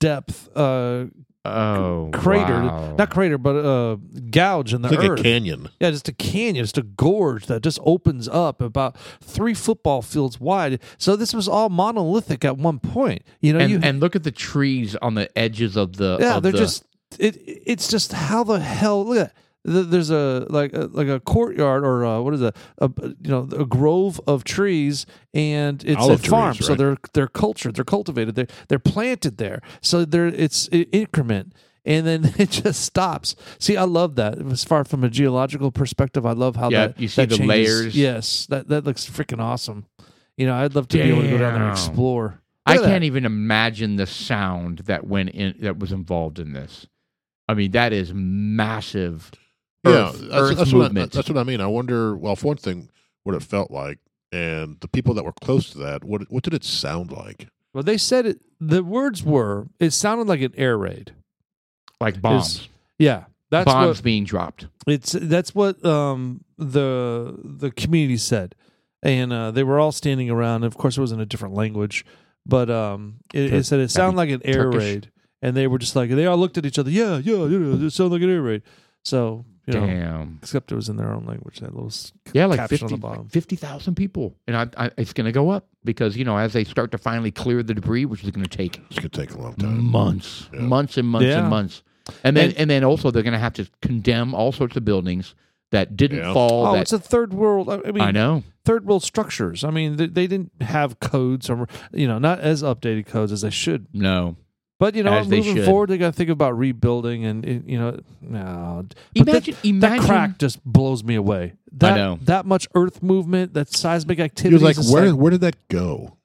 A: depth uh,
B: Oh.
A: crater,
B: wow.
A: not crater, but uh, gouge in the
C: It's like
A: earth.
C: a canyon.
A: yeah, just a canyon, just a gorge that just opens up about three football fields wide. So this was all monolithic at one point. You know,
B: and,
A: you
B: and look at the trees on the edges of the.
A: yeah,
B: of
A: they're
B: the-
A: just it. It's just how the hell look at. th- There's a like a, like a courtyard or uh what is it? A, you know a grove of trees and it's
C: Olive
A: a farm,
C: trees,
A: so
C: right?
A: they're they're cultured, they're cultivated, they're they're planted there. So they're it's i- increment and then it just stops. See, I love that. As far from a geological perspective, I love how
B: Yeah,
A: that
B: you see
A: that
B: the
A: changes.
B: layers.
A: Yes, that that looks freaking awesome. You know, I'd love to be able to go down there and
B: Damn.
A: explore.
B: I
A: Look at that.
B: can't even imagine the sound that went in that was involved in this. I mean, that is massive. Earth,
C: yeah,
B: earth
C: that's
B: movement.
C: What I, that's what I mean. I wonder. Well, for one thing, what it felt like, and the people that were close to that. What what did it sound like?
A: Well, they said it. The words were. It sounded like an air raid.
B: like bombs,
A: Yeah, that's
B: bombs
A: what
B: being dropped.
A: it's. That's what um the the community said, and uh, they were all standing around. Of course, it was in a different language, but um, it,
B: Tur-
A: it said it sounded like an air
B: Turkish.
A: raid, and they were just like they all looked at each other. Yeah, yeah, yeah. It sounded like an air raid. So you know,
B: Damn.
A: except it was in their own language. That little s-
B: Yeah, like
A: caption on the
B: 50
A: bottom.
B: 50,000 people. And I, I, it's going to go up because, you know, as they start to finally clear the debris, which is going to take
C: It's gonna take a long time.
B: months,
C: Yeah.
B: months and months
A: Yeah.
B: and months. And then
A: And-
B: and, then also they're going to have to condemn all sorts of buildings that didn't
C: Yeah.
B: fall.
A: Oh,
B: that,
A: it's a third world. I I mean,
B: I know.
A: third world structures. I mean, they, they didn't have codes or you know not as updated codes as they should.
B: No.
A: But you know,
B: As they
A: moving
B: should.
A: forward, they got to think about rebuilding and it- you know no. But that-
B: Imagine,
A: that,
B: imagine
A: crack just blows me away. That,
B: know.
A: that much earth movement, that seismic
C: He
A: activity.
C: was like,
A: is just
C: where where did that go?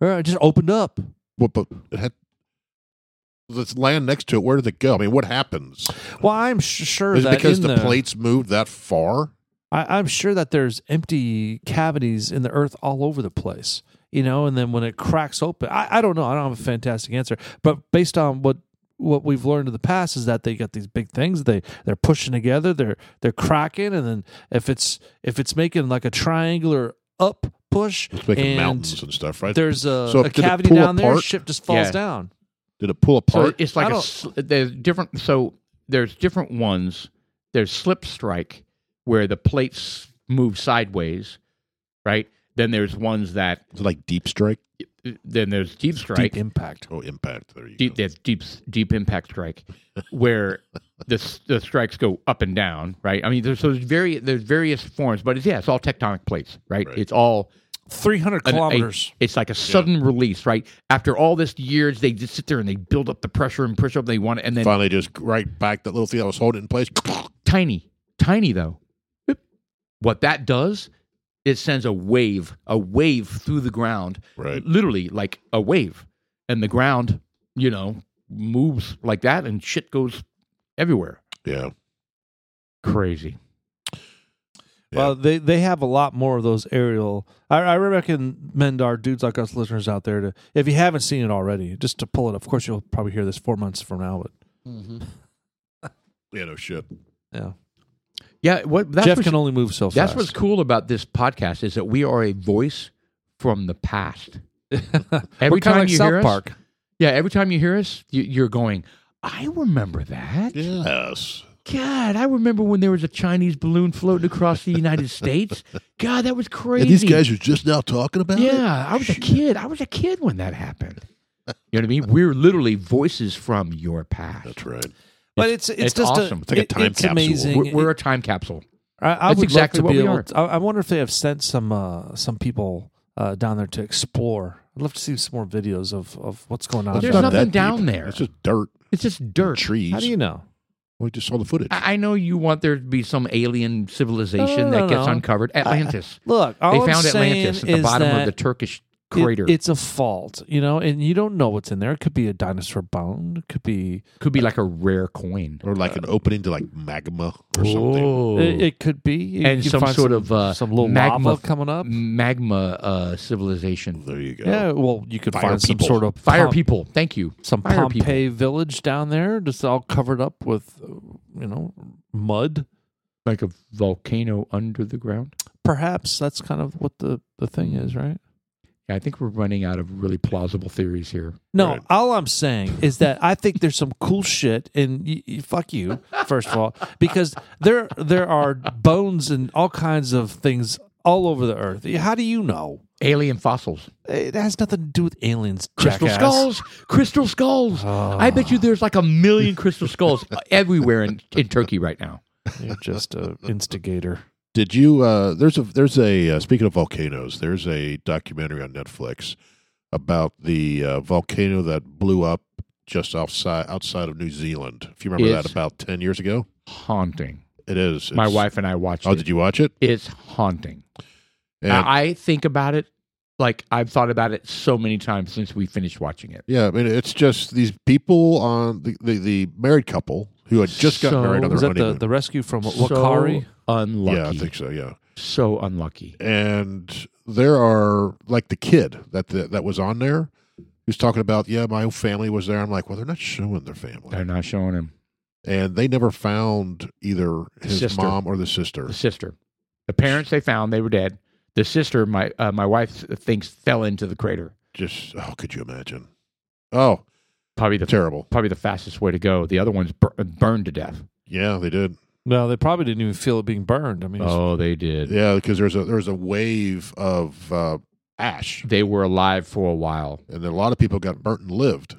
A: "Uh, it just opened up.
C: What? But it had this land next to it. Where did it go? I mean, what happens?
A: Well, I'm sh- sure
C: Is it
A: that
C: because
A: in
C: the
A: there-
C: plates moved that far?
A: I, I'm sure that there's empty cavities in the earth all over the place, you know, and then when it cracks open, I, I don't know. I don't have a fantastic answer, but based on what what we've learned in the past is that they got these big things they they're pushing together they're they're cracking and then if it's if it's making like a triangular up push
C: It's making
A: and
C: mountains and stuff, right?
A: there's a,
C: So
A: a
C: did it
A: cavity
C: pull
A: down there
C: apart?
A: ship just falls
B: Yeah.
A: down
C: did it pull
B: So
C: apart?
B: it's
A: I
B: like a,
A: don't-
B: sl- there's different. So there's different ones. There's slip strike where the plates move sideways, right? Then there's ones that
C: Is it like deep strike?
B: then there's deep strike.
A: Deep impact.
C: Oh, impact. There you
B: deep
C: go.
B: that's deep deep impact strike where the s- the strikes go up and down right i mean there's so there's very there's various forms but it's yeah it's all tectonic plates right,
C: Right.
B: it's all
A: Three hundred
B: an- a-
A: kilometers.
B: it's like a sudden release right after all this years they just sit there and they build up the pressure and push up they want it and then
C: Finally, just right back that little thing that was holding it in place.
B: tiny tiny though Boop. what that does it sends a wave a wave through the ground
C: Right.
B: literally like a wave and the ground you know moves like that and shit goes everywhere
C: Yeah.
B: crazy
C: Yeah.
A: Well, Uh, they they have a lot more of those aerial. I, I recommend our dudes like us listeners out there to, if you haven't seen it already, just to pull it. up. Of course, you'll probably hear this four months from now, but
C: Yeah, no shit.
A: yeah,
B: yeah what that's
A: Jeff
B: what's-
A: can only move so
B: that's what's
A: fast.
B: cool about this podcast is that we are a voice from the past
A: We're kinda
B: every time
A: like
B: you
A: South
B: hear
A: Park.
B: us yeah every time you hear us you, you're going i remember that
C: Yes.
B: God, I remember when there was a Chinese balloon floating across the United States. God, that was crazy.
C: And these guys are just now talking about it.
B: yeah, I was a kid. I was a kid when that happened. You know what I mean? We're literally voices from your past.
C: That's right.
A: But it's it's,
B: it's
A: just
B: awesome.
A: A,
B: It's
C: like a
A: it-
C: time
A: it's
C: capsule.
A: amazing.
B: We're, we're a time capsule.
A: I, I
B: That's
A: would
B: exactly
A: love
B: what
A: to
B: we
A: be able.
B: are.
A: to- I, I wonder if they have sent some uh, some people uh, down there to explore. I'd love to see some more videos of, of what's going on.
C: It's
B: There's
A: down
C: not
B: nothing
C: that
B: down
C: deep.
B: there.
C: It's just dirt,
B: It's just dirt.
A: there.
C: trees.
A: How do you know?
C: we just saw the footage.
B: I, I know you want there to be some alien
A: No, no,
B: civilization that gets
A: no.
B: uncovered. Atlantis.
A: Look, all
B: they
A: I'm
B: found
A: saying
B: Atlantis at the
A: is
B: bottom
A: that
B: of the Turkish
A: it-
B: crater. It,
A: it's a fault, you know, and you don't know what's in there. It could be a dinosaur bone. It could be.
B: could be like a rare coin.
C: or like an opening to like magma or something.
B: Oh.
A: It, it could be you
B: and
A: could
B: some
A: find
B: sort of uh,
A: some little
B: magma
A: lava coming up.
B: magma uh, civilization.
C: There you go.
A: Yeah, well, you could
C: Fire
A: find
C: people.
A: some sort of
B: Fire
A: pom-
B: people, thank you.
A: some
B: Fire
A: Pompeii
B: people.
A: village down there, just all covered up with, uh, you know, mud.
B: like a volcano under the ground.
A: Perhaps that's kind of what the the thing is, right?
B: Yeah, I think we're running out of really plausible theories here.
A: No,
C: Right.
A: all I'm saying is that I think there's some cool shit, and y- y- fuck you, first of all, because there there are bones and all kinds of things all over the earth. How do you know?
B: Alien fossils,
A: It has nothing to do with aliens.
B: crystal
A: jackass.
B: skulls, crystal skulls. I bet you there's like a million crystal skulls everywhere in, in Turkey right now.
A: You're just a instigator.
C: Did you? Uh, there's a there's a uh, speaking of volcanoes. There's a documentary on Netflix about the uh, volcano that blew up just outside outside of New Zealand. If you remember that,
B: It's-
C: about ten years ago,
B: Haunting.
C: it is.
B: My
C: It's-
B: wife and I watched
C: Oh,
B: it.
C: did you watch it?
B: It's haunting.
C: And-
B: I I think about it like I've thought about it so many times since we finished watching it.
C: yeah, I mean, it's just these people on the the, the married couple who had just gotten
B: So-
C: married on their
A: Oh, Was that the,
C: honeymoon.
A: the rescue from Wakari?
B: So unlucky.
C: yeah, I think so. Yeah,
B: So unlucky.
C: and there are like the kid that the, that was on there who's talking about yeah my whole family was there i'm like well they're not showing their family
B: They're not showing him
C: and they never found either his
B: Sister.
C: mom or the sister
B: the sister. The parents they found they were dead. The sister, my uh, my wife thinks fell into the crater.
C: just oh could you imagine oh
B: Probably the
C: terrible
B: probably the fastest way to go. The other one's bur- burned to death.
C: yeah they did
A: No, they probably didn't even feel it being burned. I mean, it's-
B: Oh, they did.
C: yeah because there's a there's a wave of uh, ash
B: They were alive for a while.
C: and then a lot of people got burnt and lived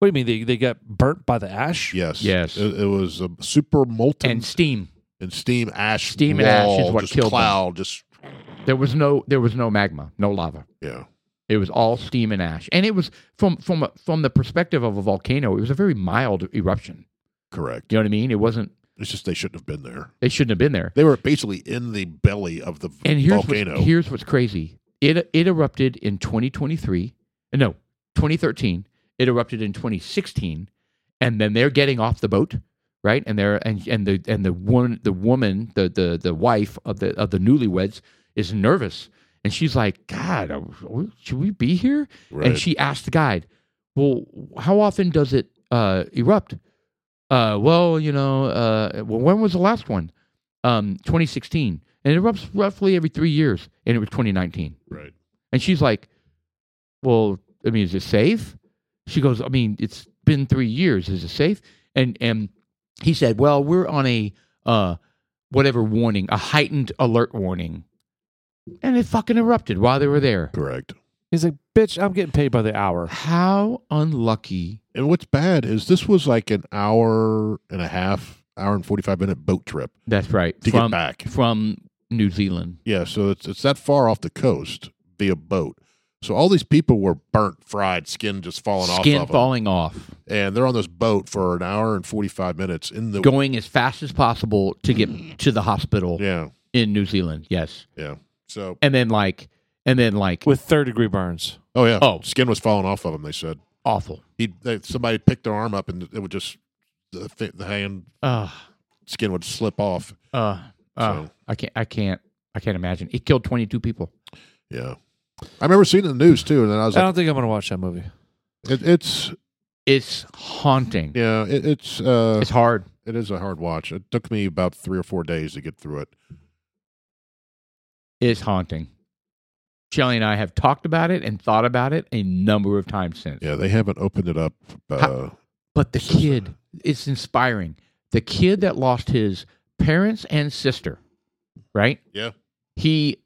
A: what do you mean they they got burnt by the ash?
C: yes
B: Yes.
C: it, it was a super molten
B: And steam.
C: and steam ash
B: Steam and ash is
C: wall,
B: what
C: just
B: killed them.
C: cloud just
B: There was no there was no magma, no lava.
C: yeah
B: It was all steam and ash. And it was from from a, from the perspective of a volcano, it was a very mild eruption.
C: correct
B: You know what I mean? It wasn't
C: it's just they shouldn't have been there
B: they shouldn't have been there.
C: They were basically in the belly of the v-
B: And here's
C: volcano.
B: What's, here's what's crazy. It it erupted in 2023. No, 2013. It erupted in 2016, and then they're getting off the boat, right? And they're and and the and the one the woman the the the wife of the of the newlyweds is nervous, and she's like, God, are we- should we be here?
C: Right.
B: And she asked the guide, Well, how often does it uh, erupt? Uh, well, you know, uh, well, when was the last one? Um, 2016. And it erupts roughly every three years. And it was 2019.
C: right.
B: And she's like, Well, I mean, is it safe? She goes, I mean, it's been three years. Is it safe? And and he said, Well, we're on a uh whatever warning, a heightened alert warning. And it fucking erupted while they were there.
C: Correct.
A: He's like, bitch, I'm getting paid by the hour.
B: How unlucky.
C: And what's bad is this was like an hour and a half, hour and 45 minute boat trip
B: That's right.
C: to
B: from
C: get back.
B: from New Zealand.
C: Yeah, so it's, it's that far off the coast via boat. So all these people were burnt, fried, skin just falling
B: Skin
C: off of
B: falling off.
C: them. And they're on this boat for an hour and 45 minutes in the.
B: Going as fast as possible to get to the hospital
C: yeah,
B: in New Zealand. Yes.
C: yeah. So,
B: And then like and then like
A: With third degree burns.
C: oh, yeah.
B: Oh.
C: Skin was falling off of him, they said.
B: awful.
C: He, they, somebody picked their arm up and it would just, the, fi- the hand
B: Uh
C: skin would slip off.
B: uh, uh
C: So-
B: I can't I can't I can't imagine. It killed twenty two people.
C: Yeah. I remember seeing it in the news too, and then I was
A: I
C: like,
A: don't think I'm going to watch that movie.
C: it, it's,
B: It's haunting.
C: yeah, it, it's, uh,
B: It's hard.
C: it is a hard watch. It took me about three or four days to get through it.
B: It's haunting. Shelly and I have talked about it and thought about it a number of times since.
C: Yeah, they haven't opened it up. Uh,
B: But the
C: Sister.
B: kid, it's inspiring. The kid that lost his parents and sister, right?
C: Yeah.
B: He,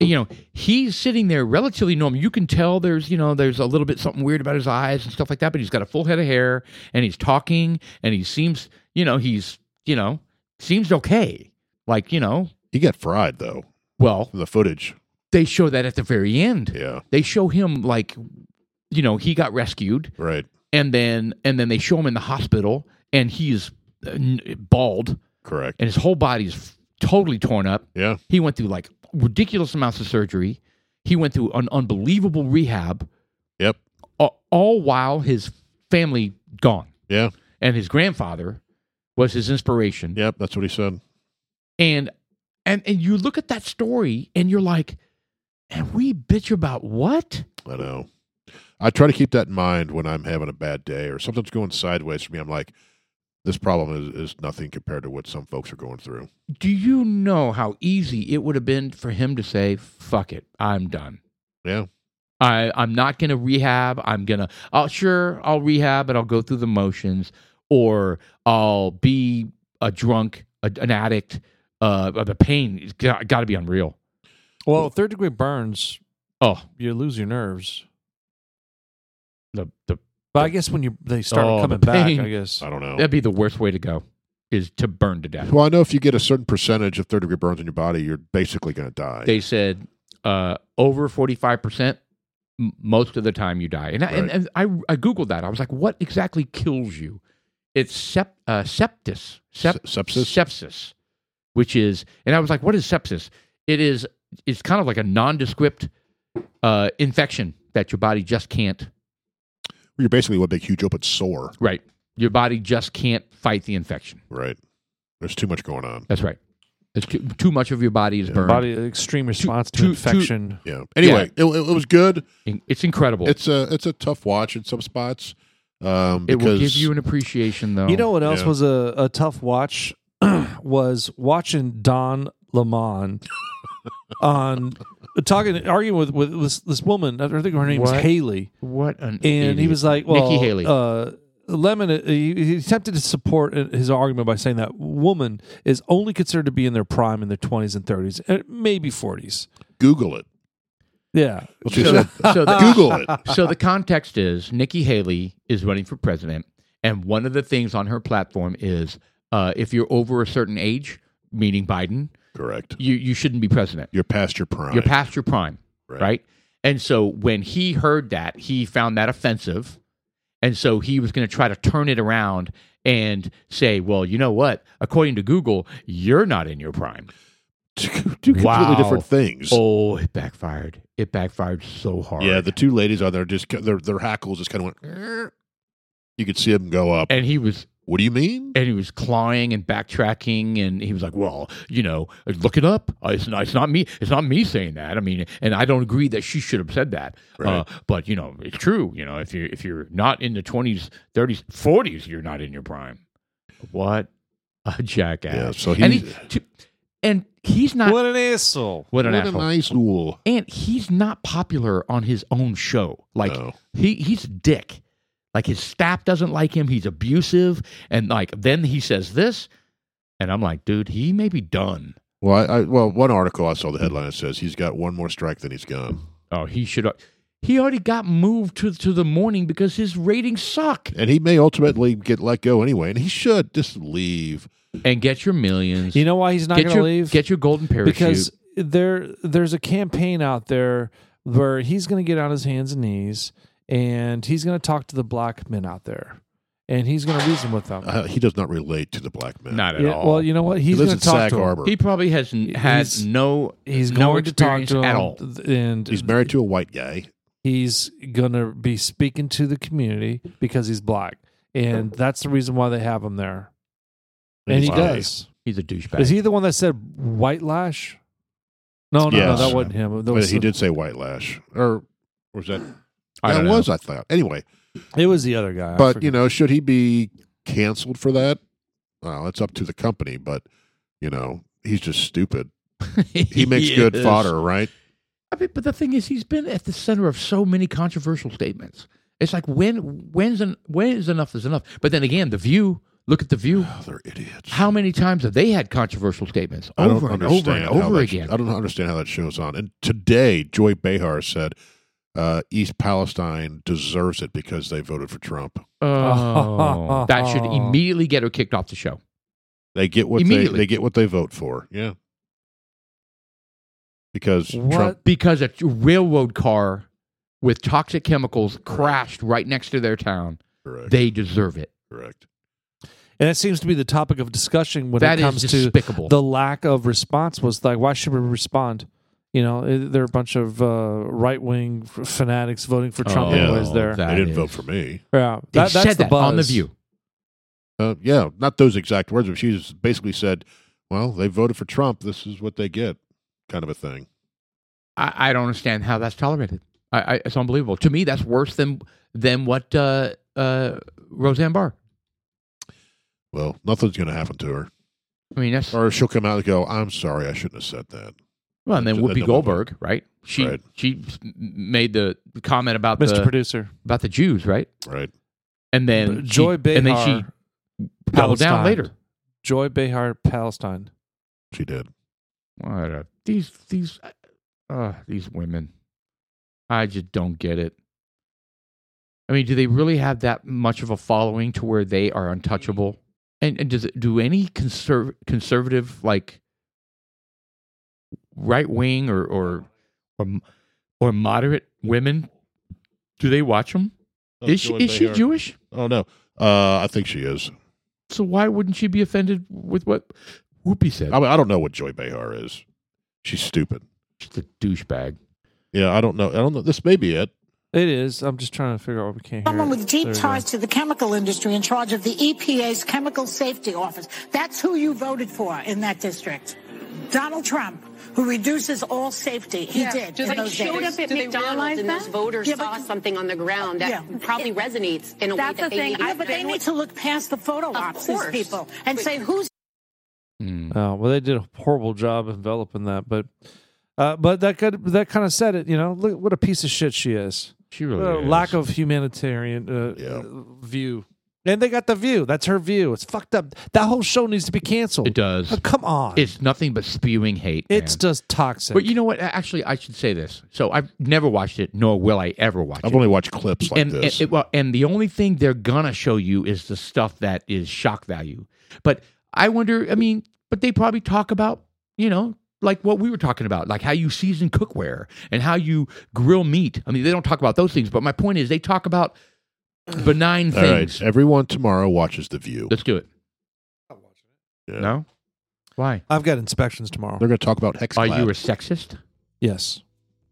B: you know, he's sitting there relatively normal. You can tell there's, you know, there's a little bit something weird about his eyes and stuff like that, but he's got a full head of hair and he's talking and he seems, you know, he's, you know, seems okay. Like, you know,
C: He got fried though.
B: well,
C: The footage.
B: they show that at the very end.
C: Yeah.
B: They show him like, you know, he got rescued
C: Right.
B: and then and then they show him in the hospital and he's uh, n- bald
C: Correct.
B: and his whole body's f- totally torn up
C: Yeah.
B: he went through like ridiculous amounts of surgery he went through an unbelievable rehab
C: Yep.
B: a- all while his family gone
C: Yeah.
B: and his grandfather was his inspiration
C: Yep. That's what he said.
B: and and and you look at that story and you're like and we bitch about what
C: I know. uh, I try to keep that in mind when I'm having a bad day or something's going sideways for me. I'm like, this problem is, is nothing compared to what some folks are going through.
B: do you know how easy it would have been for him to say fuck it i'm done
C: Yeah.
B: I, I'm not going to rehab. I'm going to, I'll sure, I'll rehab and I'll go through the motions, or I'll be a drunk, a, an addict. Uh, the pain has got to be unreal.
A: Well, third degree burns,
B: Oh,
A: you lose your nerves.
B: the, the
A: But I guess when you they start
B: Oh, the
A: coming back,
B: pain.
A: I guess.
C: I don't know.
B: that'd be the worst way to go is to burn to death.
C: Well, I know if you get a certain percentage of third degree burns in your body, you're basically going to die.
B: They said uh, over 45%, m- most of the time you die. And, I, and,
C: Right.
B: and I, I Googled that. I was like, what exactly kills you? It's sep- uh, septis. Sep-
C: Se- sepsis?
B: sepsis, which is, and I was like, what is sepsis? It is, it's kind of like a nondescript uh, infection that your body just can't,
C: you're basically one big, huge open sore.
B: right? Your body just can't fight the infection.
C: Right. There's too much going on.
B: That's right. It's too, too much of your body is burned.
A: Body extreme response to,
B: to- to-
A: infection.
C: Yeah. Anyway, It, it was good.
B: In- It's incredible.
C: It's a it's a tough watch in some spots. Um,
B: it
C: because
B: will give you an appreciation, though.
A: You know what else
C: Yeah.
A: was a, a tough watch? was watching Don Lemon on talking arguing with, with this this woman. I think her name was
B: What?
A: Haley.
B: what an
A: and he
B: idiot.
A: was like, "Well,
B: Nikki Haley.
A: uh, Lemon." uh, He, he attempted to support uh, his argument by saying that woman is only considered to be in their prime in their twenties and thirties, maybe forties.
C: Google it.
A: Yeah,
C: What she
B: So-
C: said.
B: so the-
C: Google it.
B: so the context is Nikki Haley is running for president, and one of the things on her platform is uh, if you're over a certain age, meaning Biden,
C: Correct.
B: you you shouldn't be president.
C: You're past your prime.
B: You're past your prime,
C: Right.
B: right. And so when he heard that, he found that offensive, and so he was going to try to turn it around and say, "Well, you know what? According to Google, you're not in your prime."
C: two completely
B: Wow.
C: different things.
B: Oh, it backfired! It backfired so hard.
C: yeah, the two ladies on there just ca- their their hackles just kind of went. "Er." You could see them go up.
B: and he was
C: What do you mean?
B: and he was clawing and backtracking and he was like well you know look it up Uh, it's not, it's not me it's not me saying that i mean and i don't agree that she should have said that uh,
C: Right.
B: but you know it's true you know if you if you're not in the 20s 30s 40s you're not in your prime what a jackass
C: Yeah, so
B: and
C: he's-
B: he to, and he's not what,
A: an asshole!
B: an
C: what
B: asshole
C: a nice rule.
B: and he's not popular on his own show like
C: No.
B: he he's a dick. Like his staff doesn't like him. He's abusive, and like then he says this, and I'm like, dude, he may be done.
C: Well, I, I well one article I saw the headline that says he's got one more strike than he's gone.
B: Oh, he should. He already got moved to, to the morning because his ratings suck.
C: And he may ultimately get let go anyway, and he should just leave.
B: And get your millions.
A: You know why he's not
B: Get
A: going to
B: your-
A: leave?
B: Get your golden parachute.
A: because there there's a campaign out there where he's going to get on his hands and knees and he's going to talk to the black men out there and he's going to reason with them.
C: Uh, he does not relate to the black man.
B: not at
A: Yeah,
B: all.
A: well, you know what? He's
C: he lives
A: going
C: in
A: to talk
C: Sag
A: to him.
C: Harbor.
B: he probably has n- has
A: He's-
B: no
A: He's
B: no
A: going to talk
B: experience
A: to him
B: at all.
A: and
C: He's married to a white guy.
A: he's going to be speaking to the community because he's black, and that's the reason why they have him there. And he
C: Wow.
A: does.
B: He's a douchebag.
A: Is he the one that said white lash? No, no,
C: Yes.
A: no, that wasn't him. That
C: But
A: was
C: he
A: the-
C: did say white lash, or was that?
B: I
C: that
B: don't know.
C: was I thought. Anyway,
A: It was the other guy. I
C: but
A: forget.
C: you know, should he be canceled for that? Well, it's up to the company. But you know, he's just stupid. He makes good
B: is.
C: fodder, right?
B: I mean, but the thing is, he's been at the center of so many controversial statements. It's like when when's en- when is enough is enough. But then again, the View. Look at the View.
C: Oh, they're idiots.
B: How many times have they had controversial statements
C: I don't
B: over and over
C: understand
B: and
C: how
B: over
C: that-
B: again?
C: I don't understand how that shows on. And today, Joy Behar said uh, East Palestine deserves it because they voted for Trump.
B: Oh, that should immediately get her kicked off the show.
C: They get what they,
B: Immediately.
C: they get what they vote for. Yeah, because
A: What?
C: Trump.
B: because a railroad car with toxic chemicals crashed right next to their town.
C: Correct.
B: They deserve it.
C: correct.
A: And that seems to be the topic of discussion when
B: That
A: it
B: is
A: comes to
B: despicable.
A: the lack of response. Was like, why should we respond? You know, eh, there are a bunch of uh, right wing fanatics voting for Trump.
B: Oh,
A: anyways, there.
B: that
C: they didn't
B: is-
C: vote for me.
A: yeah,
B: They
A: that, that's
B: said
A: the
B: that on the
A: buzz.
B: View.
C: Uh, yeah, not those exact words, but she just basically said, "Well, they voted for Trump. This is what they get," kind of a thing.
B: I, I don't understand how that's tolerated. I, I, it's unbelievable to me. That's worse than than what uh, uh, Roseanne Barr.
C: Well, nothing's going to happen to her,
B: I mean, that's
C: or she'll come out and go, "I'm sorry, I shouldn't have said that."
B: well. And then
C: that's-
B: Whoopi
C: that's-
B: Goldberg, right? She
C: Right.
B: she made the comment about
A: Mr.
B: the
A: Producer,
B: about the Jews, right?
C: Right?
B: And then she-
A: Joy Behar,
B: and then she doubled down
A: Palestine.
B: later.
A: Joy Behar, Palestine.
C: She did.
B: What a, these these uh, these women, I just don't get it. I mean, do they really have that much of a following to where they are untouchable? And and does it, do any conserv- conservative like right wing or or or or moderate women do they watch them? is she is she Jewish?
C: Oh no, uh, I think she is.
B: So why wouldn't she be offended with what Whoopi said?
C: I mean, I don't know what Joy Behar is. She's stupid.
B: She's a douchebag.
C: Yeah, I don't know. I don't know. This may be it.
A: It is. I'm just trying to figure out what we can't hear.
K: Someone with deep
A: There we go.
K: ties to the chemical industry in charge of the EPA's Chemical Safety Office. That's who you voted for in that district. Donald Trump, who reduces all safety. He did. in those
L: showed
K: days.
L: up at McDonald's and those voters
K: Yeah,
L: saw
K: but-
L: something on the ground that
K: Yeah.
L: probably resonates in
K: That's
L: a way that
K: the
L: they
K: thing.
L: Maybe
K: Yeah, but they need to look past the photo ops, these
L: course.
K: people, and say who's
A: Oh, well, they did a horrible job enveloping that, but uh, but that could that kind of said it. You know, look what a piece of shit she is.
B: She really
A: What a
B: is.
A: lack of humanitarian uh,
C: Yeah.
A: view, and they got the view. That's her view. It's fucked up. That whole show needs to be canceled.
B: It does.
A: Oh, come on,
B: It's nothing but spewing hate.
A: it's
B: man.
A: just toxic.
B: But you know what? Actually, I should say this. So I've never watched it, nor will I ever watch
C: I've
B: it.
C: only watched clips like
B: and, and-
C: this.
B: it- well, and the only thing they're gonna show you is the stuff that is shock value. But I wonder. I mean, but they probably talk about you know like what we were talking about, like how you season cookware and how you grill meat. I mean, they don't talk about those things. But my point is, they talk about benign
C: All right,
B: things.
C: everyone tomorrow watches The View.
B: Let's do it.
C: Yeah.
B: No, why?
A: I've got inspections tomorrow.
C: They're going to talk about hex.
B: Are
C: clad.
B: you a sexist?
A: Yes.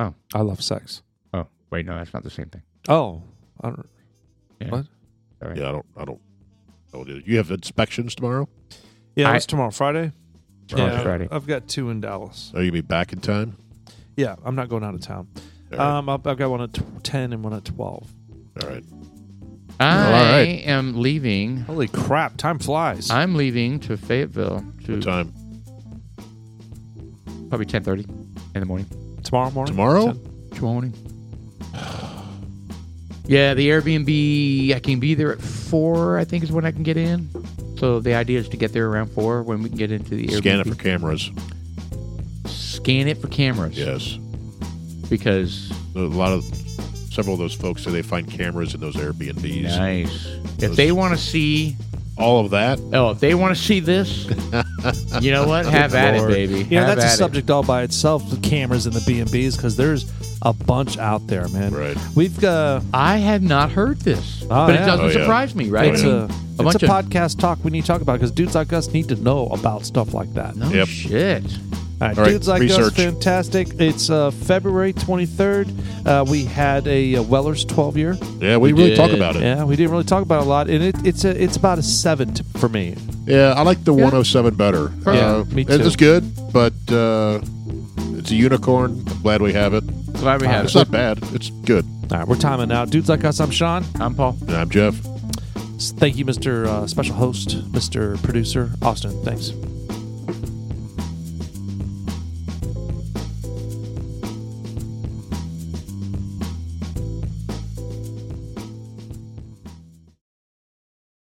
B: Oh.
A: I love sex.
B: Oh, wait, no, that's not the same thing.
A: Oh, I don't.
B: Yeah.
A: What?
B: All right.
C: Yeah, I don't. I don't. know what it is. You have inspections tomorrow.
A: Yeah,
B: I-
A: it's tomorrow, Friday.
B: Tomorrow's
A: yeah,
B: Friday.
A: I've got two in Dallas.
C: Are you gonna be back in time?
A: Yeah, I'm not going out of town.
C: All right.
A: Um, I've, I've got one at t- ten and one at twelve.
C: All right.
B: I
C: Well, all right.
B: am leaving.
A: Holy crap! Time flies.
B: I'm leaving to Fayetteville to
C: What time?
B: probably 10:30 in the morning.
A: tomorrow morning.
C: Tomorrow?
B: Tomorrow morning. Yeah, the Airbnb. I can be there at four. I think is when I can get in. So the idea is to get there around four when we can get into the Airbnb.
C: Scan it for cameras.
B: Scan it for cameras.
C: Yes.
B: Because
C: A lot of Several of those folks say they find cameras in those Airbnbs.
B: Nice. If they want to see
C: all of that,
B: oh, if they want to see this, you know what? Have at it, baby.
A: Yeah,
B: Have
A: that's
B: at
A: a
B: it.
A: subject all by itself. The cameras and the B and B's because there's a bunch out there, man. Right. We've got.
B: I have not heard this, but it doesn't surprise me, right?
A: Oh, It's
B: I mean,
A: a,
B: a bunch
A: it's a
B: of-
A: podcast talk we need to talk about because dudes like us need to know about stuff like that.
B: No Yep. shit.
A: All right,
B: All right,
A: dudes like us,
B: research.
A: fantastic. It's uh, February 23rd. Uh, we had a uh, Weller's 12 year.
C: Yeah, we We really talk did. about it.
A: Yeah, we didn't really talk about it a lot, and it, it's a, it's about a seven t- for me.
C: Yeah, I like the 107 better.
A: Yeah,
C: Uh,
A: me
C: it-
A: too.
C: It's good, but uh, it's a unicorn. I'm glad we have it.
B: Glad we have
C: It's
A: it.
C: not bad. It's good.
A: All right, we're timing out. Dudes like us. I'm Sean.
B: I'm Paul.
C: And I'm Jeff.
A: Thank you, Mr. Uh, special host, Mr. Producer Austin. Thanks.